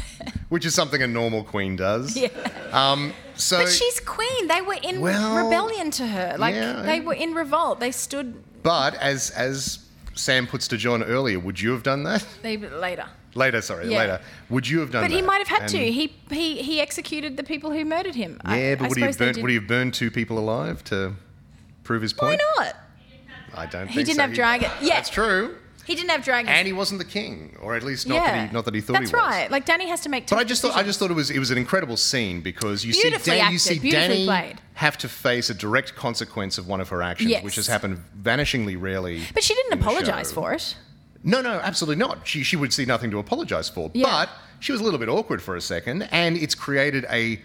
B: Which is something a normal queen does.
A: Yeah.
B: Um, so
A: But she's queen. They were in
B: Well,
A: rebellion to her. Like
B: yeah.
A: they were in revolt. They stood.
B: but as as Sam puts to John earlier, would you have done that?
A: They later.
B: Later, sorry,
A: Yeah.
B: later. Would you have done
A: But
B: that?
A: he might have had
B: And-
A: to. He he he executed the people who murdered him. I-
B: Yeah, but
A: I
B: would he have
A: suppose they
B: burnt
A: did.
B: would he have burned two people alive to prove his
A: Why
B: point?
A: not?
B: I don't
A: He
B: think
A: didn't
B: so.
A: have dragon. Yeah,
B: That's true.
A: he didn't have dragons.
B: And he wasn't the king, or at least not
A: yeah,
B: that he not that he thought
A: That's
B: he was.
A: right. Like Danny has to make.
B: But
A: tough
B: I just thought I
A: decisions.
B: just thought it was it was an incredible scene because you see
A: Beautifully
B: Dan, you
A: acted,
B: see Danny
A: beautifully played.
B: have to face a direct consequence of one of her actions,
A: Yes.
B: which has happened vanishingly rarely.
A: But she didn't
B: in the
A: apologize
B: show.
A: for it.
B: No, no, absolutely not. She she would see nothing to apologize for.
A: Yeah.
B: But she was a little bit awkward for a second, and it's created a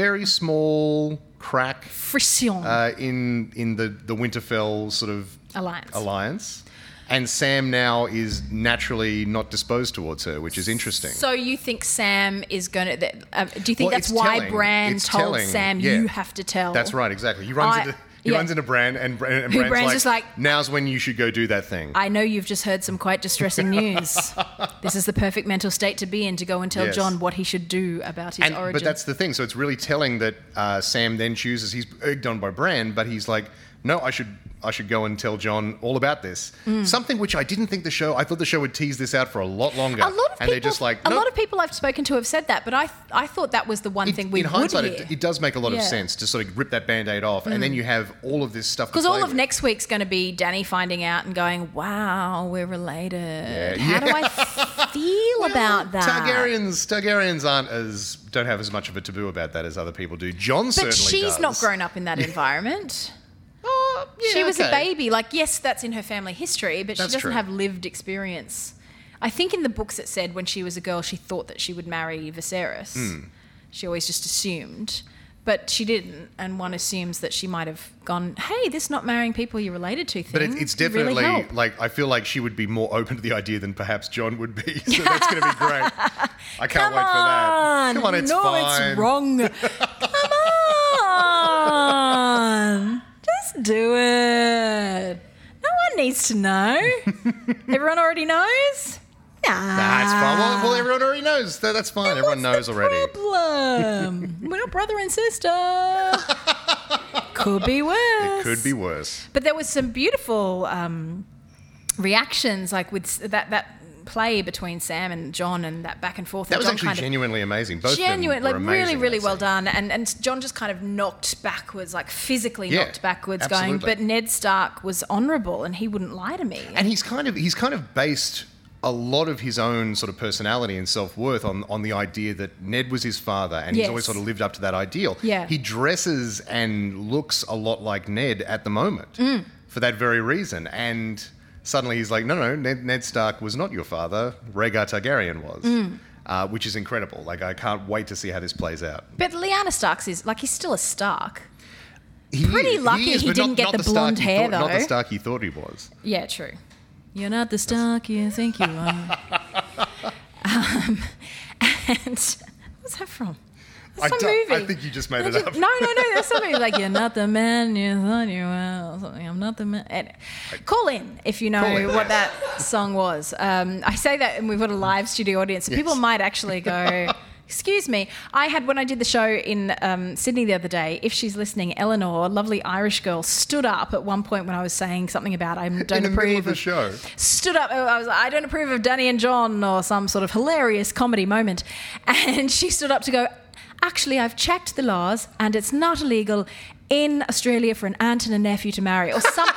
B: very small crack
A: Frisson.
B: uh, in in the the Winterfell sort of
A: Alliance.
B: alliance. And Sam now is naturally not disposed towards her, which is interesting.
A: so you think Sam is going to? That, uh, do you think
B: Well,
A: that's
B: it's
A: why
B: telling.
A: Bran
B: It's
A: told
B: telling,
A: Sam
B: yeah.
A: you have to tell?
B: That's right, exactly. He runs
A: I-
B: into he
A: yeah.
B: runs into Bran, and Bran, and
A: Who
B: Bran's,
A: Bran's
B: like,
A: just like-
B: "Now's when you should go do that thing."
A: I know you've just heard some quite distressing news. this is the perfect mental state to be in to go and tell
B: Yes.
A: John what he should do about his
B: and,
A: origin.
B: but that's the thing. So it's really telling that uh, Sam then chooses. He's egged on by Bran, but he's like, no, I should I should go and tell John all about this.
A: Hmm.
B: Something which I didn't think the show. I thought the show would tease this out for a lot longer.
A: A lot of
B: and
A: people,
B: they're just like,
A: a
B: "No,
A: lot of people I've spoken to have said that, but I I thought that was the one
B: it-
A: thing we
B: in
A: would
B: hindsight,
A: hear.
B: it, it does make a lot of
A: Yeah.
B: sense to sort of rip that band-aid off, and then you have all of this stuff. to
A: Because
B: play
A: all of
B: with.
A: next week's going to be Danny finding out and going, "Wow, we're related." How do I feel about that?
B: Targaryens, Targaryens aren't as don't have as much of a taboo about that as other people do. John
A: But
B: certainly
A: she's
B: does.
A: not grown up in that environment.
B: Oh, yeah,
A: she was a
B: okay.
A: baby. Like, yes, that's in her family history, but
B: That's
A: she doesn't
B: true.
A: have lived experience. I think in the books it said when she was a girl, she thought that she would marry Viserys.
B: Hmm.
A: She always just assumed, but she didn't. And one assumes that she might have gone, "Hey, this not marrying people you're related to thing."
B: But it, it's
A: could really
B: definitely
A: help."
B: like I feel like she would be more open to the idea than perhaps John would be. So that's going to be great. I can't
A: Come
B: wait for that.
A: on.
B: Come on, it's
A: no,
B: fine.
A: it's wrong. Come on. Just do it. No one needs to know. Everyone already knows? Nah.
B: Nah, it's fine. Well, well, everyone already knows. That- That's fine. everyone
A: What's
B: knows
A: the
B: already.
A: Problem. We're not brother and sister. Could be worse.
B: It could be worse.
A: But there was some beautiful um, reactions, like with s- that that play between Sam and John, and that back and forth.
B: That
A: and
B: was
A: John
B: actually
A: kind of-
B: genuinely amazing. Both of them
A: genuine,
B: were
A: like really,
B: amazing,
A: really
B: I'd
A: well
B: say.
A: done. And and John just kind of knocked backwards, like physically
B: Yeah,
A: knocked backwards, going.
B: absolutely.
A: But Ned Stark was honourable, and he wouldn't lie to me.
B: and he's kind of he's kind of based a lot of his own sort of personality and self worth on on the idea that Ned was his father, and he's
A: Yes.
B: always sort of lived up to that ideal.
A: Yeah.
B: he dresses and looks a lot like Ned at the moment
A: Mm.
B: for that very reason, and suddenly he's like, no, no, Ned, Ned Stark was not your father. Rhaegar Targaryen was.
A: Mm.
B: Uh, which is incredible. Like I can't wait to see how this plays out.
A: But Lyanna Stark's is like he's still a Stark.
B: He
A: Pretty lucky he
B: but
A: didn't get the blonde
B: Stark he
A: hair,
B: thought, Not the
A: though.
B: Stark he thought he was.
A: Yeah, true. You're not the Stark you think you are. um, and what's that from? That's
B: I
A: some
B: don't-
A: movie.
B: I think you just made it up.
A: No, no, no. That's something like you're not the man you thought you were. Or something. I'm not the man. And call in if you know
B: Call in,
A: what
B: yes.
A: that song was. Um, I say that, and we've got a live studio audience. So People
B: Yes.
A: might actually go. Excuse me. I had when I did the show in um, Sydney the other day. If she's listening, Eleanor, a lovely Irish girl, stood up at one point when I was saying something about I don't
B: In the
A: approve
B: middle of the
A: of
B: show.
A: stood up. I was like, I don't approve of Danny and John or some sort of hilarious comedy moment. And she stood up to go, Actually, I've checked the laws and it's not illegal in Australia for an aunt and a nephew to marry or some,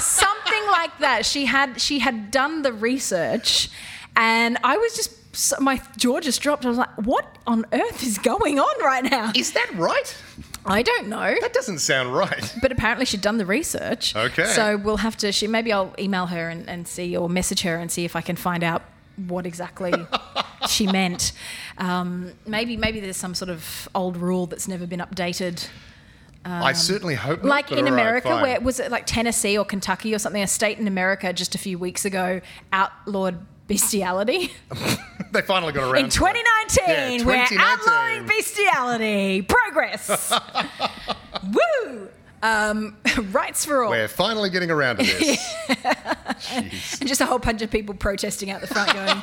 A: something like that. She had, she had done the research and I was just. so- my jaw just dropped. I was like, "What on earth is going on right now?"
B: Is that right?
A: I don't know.
B: That doesn't sound right.
A: But apparently she'd done the research.
B: Okay.
A: So we'll have to. She maybe I'll email her and, and see, or message her and see if I can find out what exactly she meant. Um, maybe maybe there's some sort of old rule that's never been updated.
B: I certainly hope not.
A: Um, Like
B: but
A: in
B: all right,
A: America,
B: fine.
A: where was it like Tennessee or Kentucky or something? A state in America just a few weeks ago outlawed bestiality.
B: they finally got around
A: in
B: to it.
A: 2019,
B: Yeah,
A: we're
B: 2019.
A: outlawing bestiality. Progress. Woo! Um, rights for all.
B: We're finally getting around to this. Jeez.
A: And just a whole bunch of people protesting out the front going,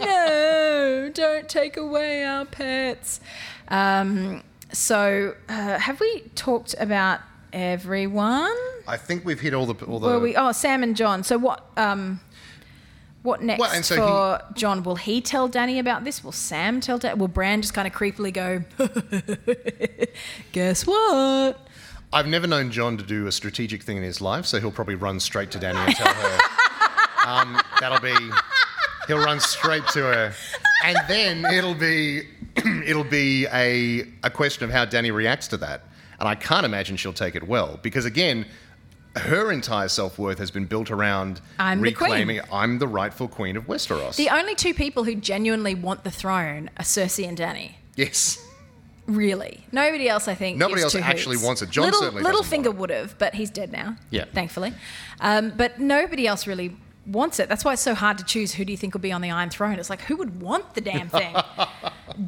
A: no, don't take away our pets. Um, so, uh, have we talked about everyone?
B: I think we've hit all the all the.
A: Were we? Oh, Sam and John. So, what. Um, what next
B: Well, and so
A: for John? Will he tell Danny about this? Will Sam tell Danny? Will Bran just kind of creepily go, guess what?
B: I've never known John to do a strategic thing in his life, so he'll probably run straight to Danny and tell her. um, that'll be. He'll run straight to her, and then it'll be it'll be a a question of how Danny reacts to that. And I can't imagine she'll take it well because again, her entire self worth has been built around
A: I'm the queen.
B: reclaiming I'm the rightful queen of Westeros.
A: The only two people who genuinely want the throne are Cersei and Danny.
B: yes.
A: Really, nobody else. I think
B: Nobody
A: gives
B: else
A: two
B: actually
A: hoots.
B: wants it. John
A: little,
B: certainly
A: little
B: doesn't
A: finger
B: want
A: would have, but he's dead now.
B: Yeah.
A: thankfully. Um, but nobody else really wants it. That's why it's so hard to choose who do you think will be on the Iron Throne. It's like who would want the damn thing?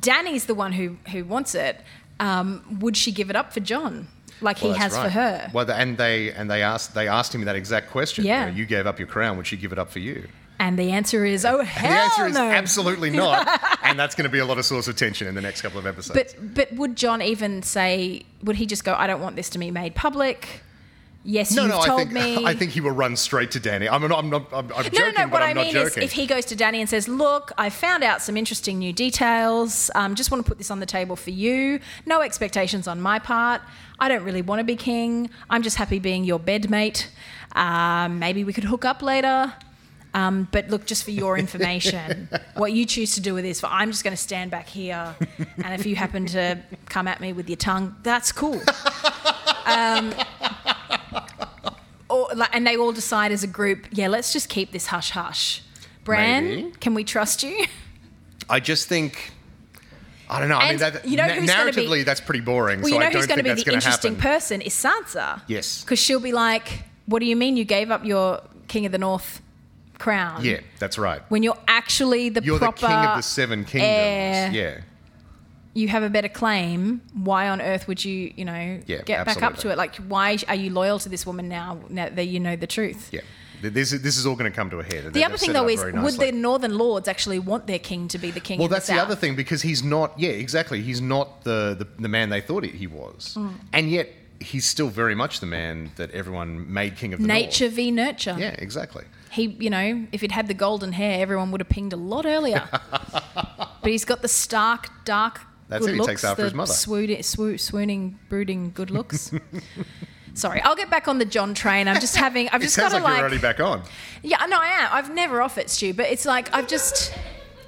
A: Danny's the one who who wants it. Um, would she give it up for John, like
B: Well,
A: he has
B: that's
A: for
B: right.
A: her?
B: Well, the- and they and they asked they asked him that exact question. you
A: Yeah.
B: know, You, gave up your crown. Would she give it up for you?
A: And the answer is, oh hell
B: And the answer is
A: no.
B: absolutely not. and that's going to be a lot of source of tension in the next couple of episodes.
A: But but would John even say? Would he just go? I don't want this to be made public. Yes,
B: No,
A: you've
B: no,
A: told
B: I think
A: me.
B: I think he will run straight to Danny. I'm not. I'm not. I'm, I'm
A: no,
B: joking,
A: no, no.
B: but
A: What
B: I'm
A: I
B: not
A: mean
B: joking.
A: is, if he goes to Danny and says, "Look, I found out some interesting new details. Um, just want to put this on the table for you. No expectations on my part. I don't really want to be king. I'm just happy being your bedmate. Um, maybe we could hook up later. Um, but look, just for your information, what you choose to do with this, for I'm just going to stand back here, and if you happen to come at me with your tongue, that's cool." Um, or, like, and they all decide as a group, yeah, let's just keep this hush hush. Bran,
B: Maybe.
A: can we trust you?
B: I just think. I don't know. I mean,
A: And
B: that,
A: you know
B: na-
A: who's gonna be-
B: narratively, that's pretty boring.
A: Well,
B: so
A: you know
B: I don't
A: who's
B: think
A: going to be
B: that's
A: the
B: going to
A: interesting
B: happen.
A: person is Sansa.
B: Yes.
A: Because she'll be like, what do you mean you gave up your King of the North crown?
B: yeah, that's right.
A: When you're actually the
B: You're the
A: proper
B: king of the seven kingdoms.
A: heir.
B: Yeah.
A: you have a better claim. Why on earth would you, you know,
B: Yeah,
A: get back up
B: absolutely.
A: to it? Like, why are you loyal to this woman now, now that you know the truth?
B: Yeah. Th- This is, this is all going to come to a head.
A: The other thing, though, is would the northern lords actually want their king to be the king?
B: Well,
A: of the
B: that's the
A: South?
B: other thing because he's not. Yeah, exactly. He's not the the, the man they thought he- he was,
A: Mm.
B: and yet he's still very much the man that everyone made king of the
A: Nature v nurture.
B: North. Yeah, exactly.
A: He, you know, if he'd had the golden hair, everyone would have pinged a lot earlier. but he's got the stark, dark.
B: That's
A: good
B: it, he
A: looks,
B: takes after
A: the
B: his mother.
A: swoon- swoo- swooning, brooding good looks. Sorry, I'll get back on the John train. I'm just having. I've
B: It
A: just got
B: sounds
A: to
B: like,
A: like.
B: you're already back on.
A: yeah, no, I am. I've never off it, Stu. But it's like I've just.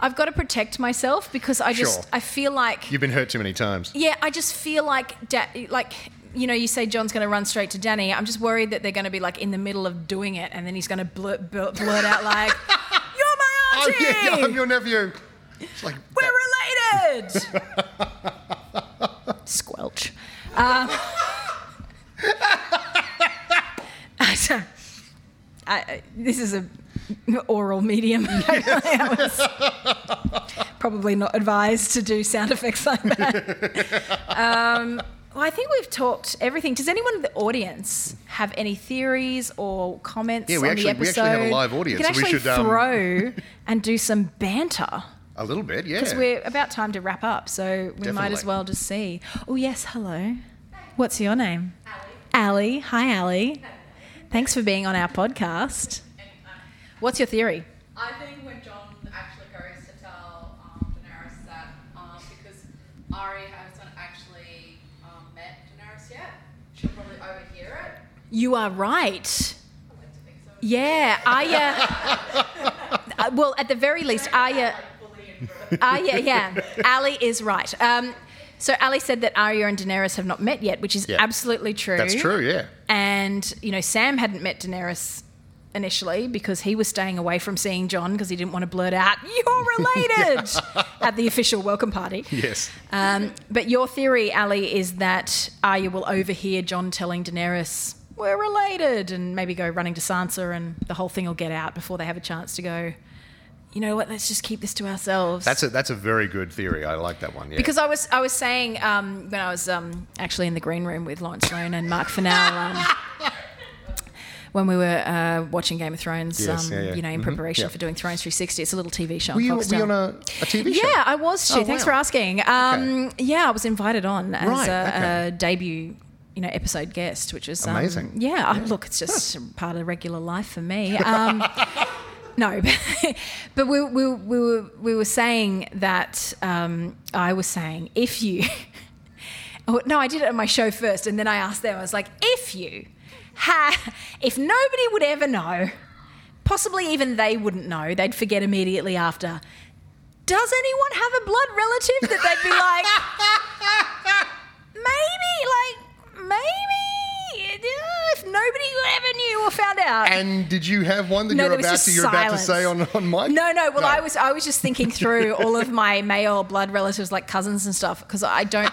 A: I've got to protect myself because I just.
B: Sure.
A: I feel like.
B: You've been hurt too many times.
A: Yeah, I just feel like da- like you know, you say John's going to run straight to Danny. I'm just worried that they're going to be like in the middle of doing it, and then he's going to blurt, blurt, blurt out like, "You're my
B: Oh
A: auntie.
B: yeah, yeah, I'm your nephew. It's like that-
A: We're related." Squelch. Uh, Um, so, I- I, this is a oral medium. I was probably not advised to do sound effects like that. Um, Well, I think we've talked everything. Does anyone in the audience have any theories or comments
B: Yeah, we
A: on the
B: actually-
A: episode?
B: we actually have a live audience,
A: You can
B: so we
A: actually
B: should, um,
A: throw and do some banter
B: a little bit, yeah.
A: because we're about time to wrap up. So we might as
B: Definitely.
A: well just see. Oh yes, hello. What's your name? Ali. Hi, Ali. Thanks for being on our podcast. What's your theory?
C: I think when John actually goes to tell um, Daenerys that, um, because Arya hasn't actually um, met Daenerys yet, she'll probably overhear it.
A: You are right.
C: I like to think so.
A: Yeah, Aya. uh, well, at the very least, Aya.
C: Fully in
A: Ah, yeah, yeah. Ali is right. Um, so Ali said that Arya and Daenerys have not met yet, which is
B: Yeah.
A: absolutely true.
B: That's true, yeah.
A: And you know, Sam hadn't met Daenerys initially because he was staying away from seeing John because he didn't want to blurt out "You're related" at the official welcome party.
B: Yes.
A: Um, but your theory, Ali, is that Arya will overhear John telling Daenerys. We're related, and maybe go running to Sansa, and the whole thing will get out before they have a chance to go. You know what? Let's just keep this to ourselves.
B: That's a that's a very good theory. I like that one. Yeah.
A: Because I was I was saying um, when I was um, actually in the green room with Lawrence Sloan and Mark Fennell um, when we were uh, watching Game of Thrones,
B: Yes,
A: um,
B: yeah, yeah.
A: you know, in
B: Mhm,
A: preparation
B: yeah.
A: for doing Thrones 360. It's a little TV show.
B: were you,
A: on
B: were
A: Foxtel.
B: you on a, a TV show?
A: yeah, I was. Stu.
B: Oh,
A: Thanks
B: wow.
A: for asking. Um, Yeah, I was invited on as
B: Right,
A: a,
B: okay.
A: a debut. You know, episode guest, which was um,
B: Amazing.
A: Yeah, I- look, it's just part of regular life for me. Um, no, but, but we, we, we, were, we were saying that um, I was saying if you, oh, no, I did it on my show first, and then I asked them. I was like, if you, ha, if nobody would ever know, possibly even they wouldn't know, they'd forget immediately after. Does anyone have a blood relative that they'd be like, maybe, like, maybe? yeah, If nobody ever knew or found out.
B: And did you have one that
A: No,
B: you're
A: there was
B: about
A: just
B: to you're about to say on,
A: silence.
B: on mic?
A: No, no. Well, I was I was just thinking through all of my male blood relatives, like cousins and stuff, because I don't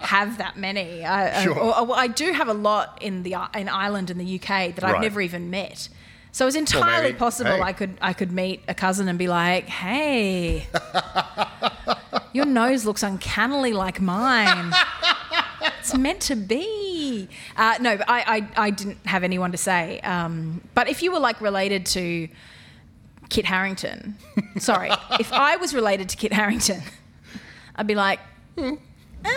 A: have that many. I, I-
B: Sure.
A: or- or- well, I do have a lot in the in Ireland and the UK that I've
B: Right.
A: never even met. So it's entirely
B: maybe-
A: possible
B: hey.
A: I could I could meet a cousin and be like, "Hey, your nose looks uncannily like mine. It's meant to be." Uh, no, but I, I I didn't have anyone to say. Um, but if you were like related to Kit Harrington, sorry, if I was related to Kit Harrington, I'd be like, um, uh,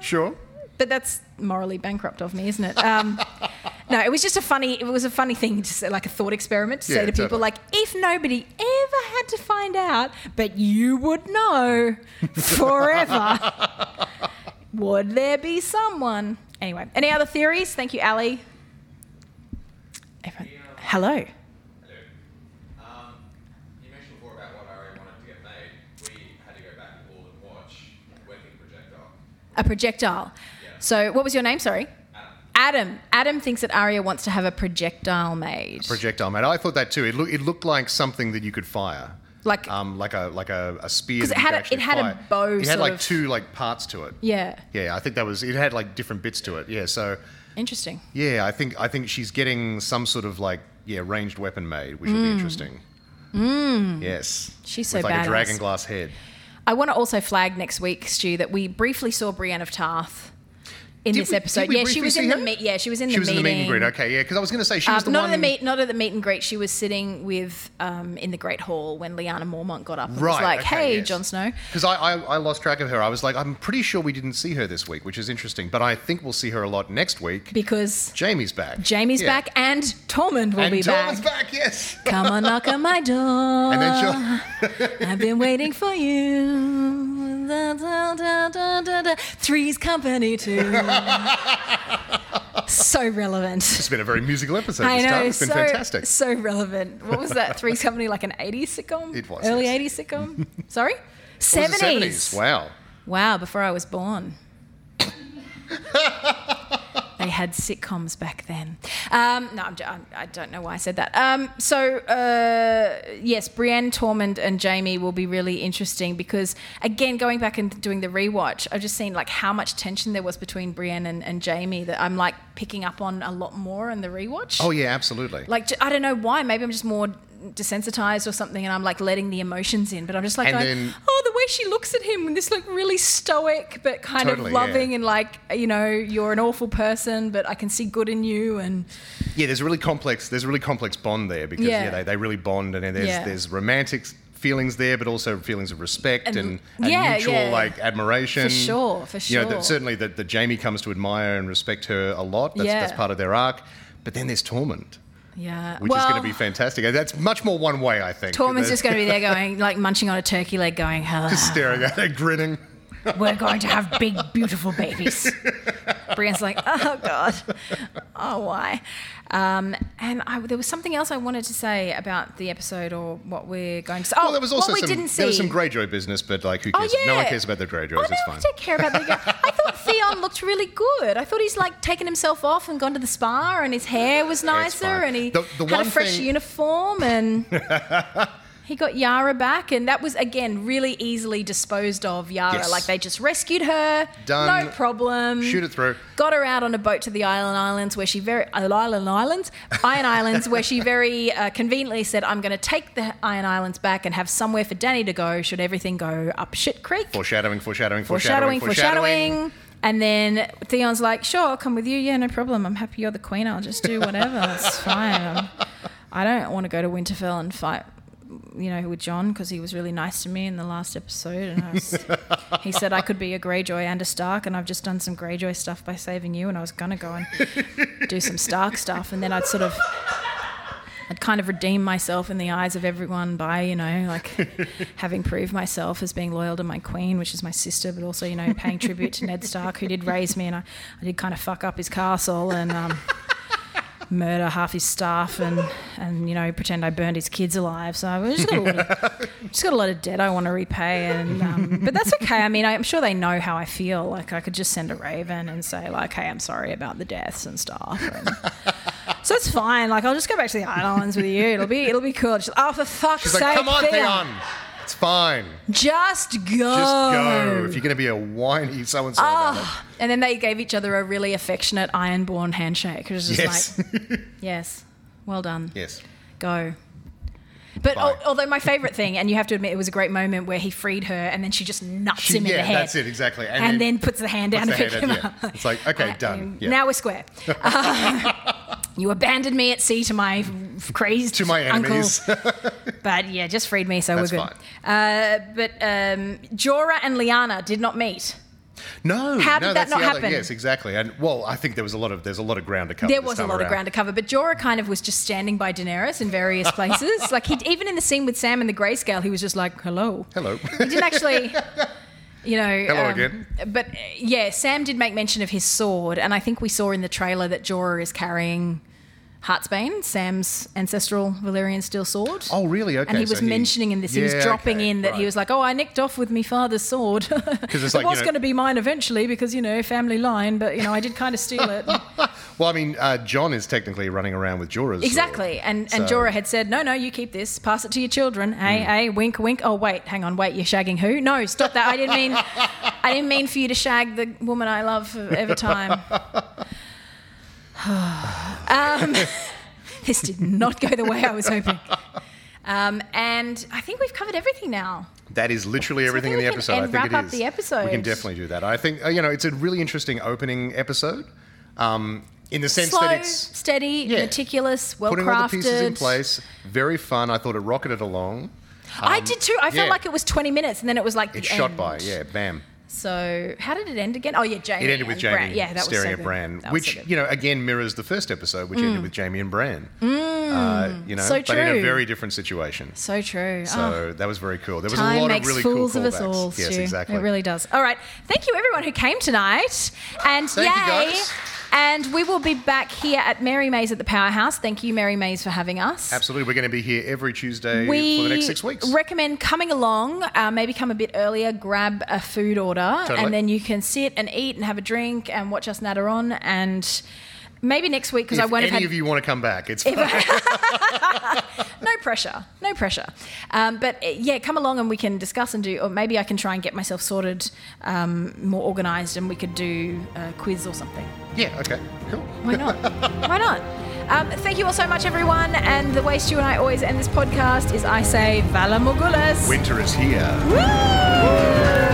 B: Sure.
A: but that's morally bankrupt of me, isn't it? Um, No, it was just a funny. It was a funny thing, just like a thought experiment to
B: Yeah,
A: say to people,
B: totally.
A: like, if nobody ever had to find out, but you would know forever, would there be someone? Anyway, any other theories? Thank you, Ali. Everyone, hello.
D: Hello. Um, you mentioned before about what Ari wanted to get made. We had to go back all and watch Working Projectile.
A: A projectile. So, what was your name? Sorry. Adam. Adam thinks that Aria wants to have a projectile made.
B: projectile mate. I thought that too. It looked it looked like something that you could fire.
A: Like-
B: um, like a like a, a spear.
A: 'Cause it
B: that you
A: had
B: could
A: a-
B: actually
A: it had a
B: fire.
A: bow
B: It had
A: sort
B: like
A: of-
B: two like parts to it.
A: yeah.
B: Yeah, I think that was it. Had like different bits to it. Yeah, so
A: Interesting.
B: yeah, I think I think she's getting some sort of like yeah ranged weapon made, which would be interesting. Mm. Yes,
A: Hmm. She's so
B: With like
A: badass.
B: a dragon glass head.
A: I want to also flag next week, Stu, that we briefly saw Brienne of Tarth in
B: Did
A: this
B: we-
A: episode.
B: did we
A: yeah, she
B: briefly
A: was
B: see
A: in the
B: her?
A: meet. Yeah, she was in
B: She
A: the
B: was
A: meeting.
B: in the meet and greet. Okay, yeah, because I was going to say she
A: Uh,
B: was the
A: not
B: one.
A: at the meet, not at the meet and greet. She was sitting with um, in the Great Hall when Liana Mormont got up and was
B: Right.
A: like,
B: okay,
A: "Hey,
B: yes.
A: Jon Snow."
B: Because I, I, I lost track of her. I was like, I'm pretty sure we didn't see her this week, which is interesting. But I think we'll see her a lot next week.
A: Because
B: Jamie's back.
A: Jamie's
B: Yeah.
A: back and Tormund will
B: and
A: be
B: Tom's
A: back.
B: back. Yes.
A: Come on, knock on my door.
B: And then
A: Uh,
B: she'll.
A: I've been waiting for you. Da, da, da, da, da, da. Three's company too. so relevant.
B: It's been a very musical episode
A: I
B: this
A: know.
B: time. It's
A: so,
B: been fantastic.
A: So relevant. What was that? Three's company like an 80s sitcom?
B: It was,
A: Early
B: yes.
A: 80s sitcom? Sorry?
B: It
A: 70s.
B: was the 70s. Wow.
A: Wow, before I was born. they had sitcoms back then. Um, no, I'm, j- I'm, I don't know why I said that. Um, so, uh, yes, Brienne, Tormund, and Jamie will be really interesting because, again, going back and doing the rewatch, I've just seen like how much tension there was between Brienne and, and Jamie that I'm like picking up on a lot more in the rewatch.
B: Oh yeah, absolutely.
A: Like, j- I don't know why. Maybe I'm just more desensitized or something and I'm like letting the emotions in. But I'm just like,
B: And
A: going,
B: then-
A: oh, the way she looks at him, this like really stoic, but kind
B: Totally,
A: of
B: yeah.
A: loving and like, you know, you're an awful person, but I can see good in you. And
B: yeah, there's a really complex. There's a really complex bond there because
A: Yeah.
B: yeah, they, they really bond, and then there's
A: Yeah.
B: there's romantic feelings there, but also feelings of respect
A: And-
B: and, and,
A: yeah,
B: mutual
A: yeah.
B: like admiration.
A: For sure, for
B: You know,
A: sure.
B: that certainly that that Jamie comes to admire and respect her a lot. That's, that's
A: Yeah.
B: part of their arc. But then there's Torment,
A: yeah.
B: which
A: well,
B: is going to be fantastic. And That's much more one way, I think.
A: Tormund's
B: They're
A: just going to be there going, like munching on a turkey leg, going,
B: just
A: "Ah,
B: staring at her, grinning.
A: we're going to have big, beautiful babies. Brienne's like, oh, God. Oh, why? Um, and I, there was something else I wanted to say about the episode or what we're going to. Oh,
B: Well, there was also
A: what we
B: some,
A: didn't see.
B: there was some Greyjoy business, but like who
A: Oh,
B: cares? No one
A: yeah.
B: cares about the Greyjoys.
A: Oh,
B: it's
A: no,
B: fine.
A: I don't care about the guy. I thought Theon looked really good. I thought he's like taken himself off and gone to the spa, and his hair was
B: Yeah, it's
A: nicer,
B: fine.
A: and he
B: The- the
A: had
B: one
A: a fresh
B: thing-
A: uniform, and he got Yara back, and that was again really easily disposed of. Yara,
B: Yes.
A: like they just rescued her,
B: Done.
A: no problem.
B: Shoot it through.
A: Got her out on a boat to the Island Islands, where she very uh, Island Islands, Iron Islands, where she very uh, conveniently said, "I'm going to take the Iron Islands back and have somewhere for Danny to go should everything go up shit creek."
B: Foreshadowing, foreshadowing,
A: foreshadowing,
B: foreshadowing,
A: foreshadowing. And then Theon's like, sure, I'll come with you. Yeah, no problem. I'm happy you're the queen. I'll just do whatever. That's fine. I'm, I don't want to go to Winterfell and fight, you know, with John because he was really nice to me in the last episode. And I was, he said I could be a Greyjoy and a Stark. And I've just done some Greyjoy stuff by saving you. And I was going to go and do some Stark stuff. And then I'd sort of. I'd kind of redeem myself in the eyes of everyone by, you know, like having proved myself as being loyal to my queen, which is my sister, but also, you know, paying tribute to Ned Stark, who did raise me, and I, I did kind of fuck up his castle and um, murder half his staff and, and, you know, pretend I burned his kids alive. So I've just got a lot of, just got a lot of debt I want to repay. And, um, but that's okay. I mean, I'm sure they know how I feel. Like, I could just send a raven and say, like, hey, I'm sorry about the deaths and stuff. And, so it's fine. Like I'll just go back to the islands with you. It'll be it'll be cool. Just, oh for fuck's
B: She's
A: sake,
B: like, come on,
A: Theo.
B: Theon. It's fine.
A: Just go.
B: Just go. If you're going to be a whiny so and so about it.
A: Oh. And then they gave each other a really affectionate ironborn handshake. It was just
B: Yes.
A: like, yes, well done,
B: yes.
A: go. But
B: Bye.
A: al- although my favourite thing, and you have to admit, it was a great moment where he freed her, and then she just nuts
B: She-
A: him in
B: yeah,
A: the head.
B: that's it, exactly. And
A: And,
B: then
A: then, puts the hand down
B: puts
A: to
B: the
A: pick him
B: hand up, yeah.
A: up. um,
B: It's like, okay, done, yeah.
A: Now we're square. Uh, you abandoned me at sea to my f- crazy
B: To my
A: uncle.
B: enemies.
A: But yeah, just freed me, so
B: That's Oh,
A: we're good. Uh, but um, Jorah and Liana did not meet.
B: No,
A: How did
B: no,
A: that
B: that's
A: not
B: the other-
A: happen?
B: Yes, exactly. And well, I think there was a lot of there's a lot of ground to cover.
A: There
B: this
A: was a
B: time
A: lot of
B: around.
A: ground to cover, but Jorah kind of was just standing by Daenerys in various places. like he, even in the scene with Sam and the Grayscale, he was just like, "Hello."
B: Hello.
A: He didn't actually, you know.
B: Hello again.
A: But uh, yeah, Sam did make mention of his sword, and I think we saw in the trailer that Jorah is carrying Heartsbane, Sam's ancestral Valyrian steel sword.
B: Oh, really? Okay.
A: And he
B: so
A: was mentioning in this, he was
B: Yeah,
A: dropping
B: okay,
A: in that he
B: right.
A: was like, "Oh, I nicked off with me father's sword.
B: it's
A: it
B: like, you
A: was
B: know-
A: going to be mine eventually because you know family line, but you know I did kind of steal it."
B: Well, I mean, uh, John is technically running around with Jorah's
A: Exactly.
B: sword.
A: And and
B: So- Hmm.
A: Jorah had said, No, no, you keep this, pass it to your children. Hey, hey, wink, wink. Oh wait, hang on, wait, you're shagging who? No, stop that. I didn't mean I didn't mean for you to shag the woman I love for ever time. um, this did not go the way I was hoping. Um, and I think we've covered everything now.
B: That is literally everything in
A: think
B: the
A: we can
B: episode.
A: end-
B: I think it is.
A: wrap up the episode.
B: We can definitely do that. I think uh, you know it's a really interesting opening episode, um, in the sense
A: Slow,
B: that it's
A: steady,
B: Yeah.
A: meticulous, well
B: putting
A: crafted.
B: all the pieces in place. Very fun. I thought it rocketed along.
A: I did too. I felt
B: yeah.
A: like it was 20 minutes and then it was like the
B: Um, It shot
A: end.
B: by. Yeah, bam.
A: So how did it end again? Oh yeah, Jamie.
B: It ended with
A: and
B: Jamie
A: Bran. Yeah, that
B: staring
A: was so
B: at
A: good.
B: Bran,
A: That was
B: which
A: so good. Mm.
B: you know again mirrors the first episode, which ended with Jamie and Bran. uh, you know,
A: so
B: but in a
A: true.
B: very different situation.
A: so true. Oh,
B: So that was very cool. There was
A: time
B: a lot
A: makes
B: of really
A: fools
B: cool
A: of us
B: callbacks.
A: all.
B: yes,
A: Stu.
B: exactly.
A: It really does. All right, thank you everyone who came tonight, and
B: Thank you,
A: yay!
B: guys.
A: And we will be back here at Mary Mays at the Powerhouse. Thank you, Mary Mays, for having us.
B: Absolutely. We're going to be here every Tuesday
A: We
B: for the next six weeks.
A: recommend coming along, uh, maybe come a bit earlier, grab a food order,
B: Totally.
A: and then you can sit and eat and have a drink and watch us natter on. And maybe next week, because
B: if
A: I won't
B: any
A: have had
B: of you want to come back, it's
A: no pressure, no pressure. Um, but uh, yeah, come along and we can discuss and do, or maybe I can try and get myself sorted, um, more organised, and we could do a quiz or something.
B: yeah, okay, cool.
A: Why not? Why not? Um, thank you all so much, everyone. And the way Stu and I always end this podcast is I say Vala Morgulis.
B: Winter is here.
A: Woo!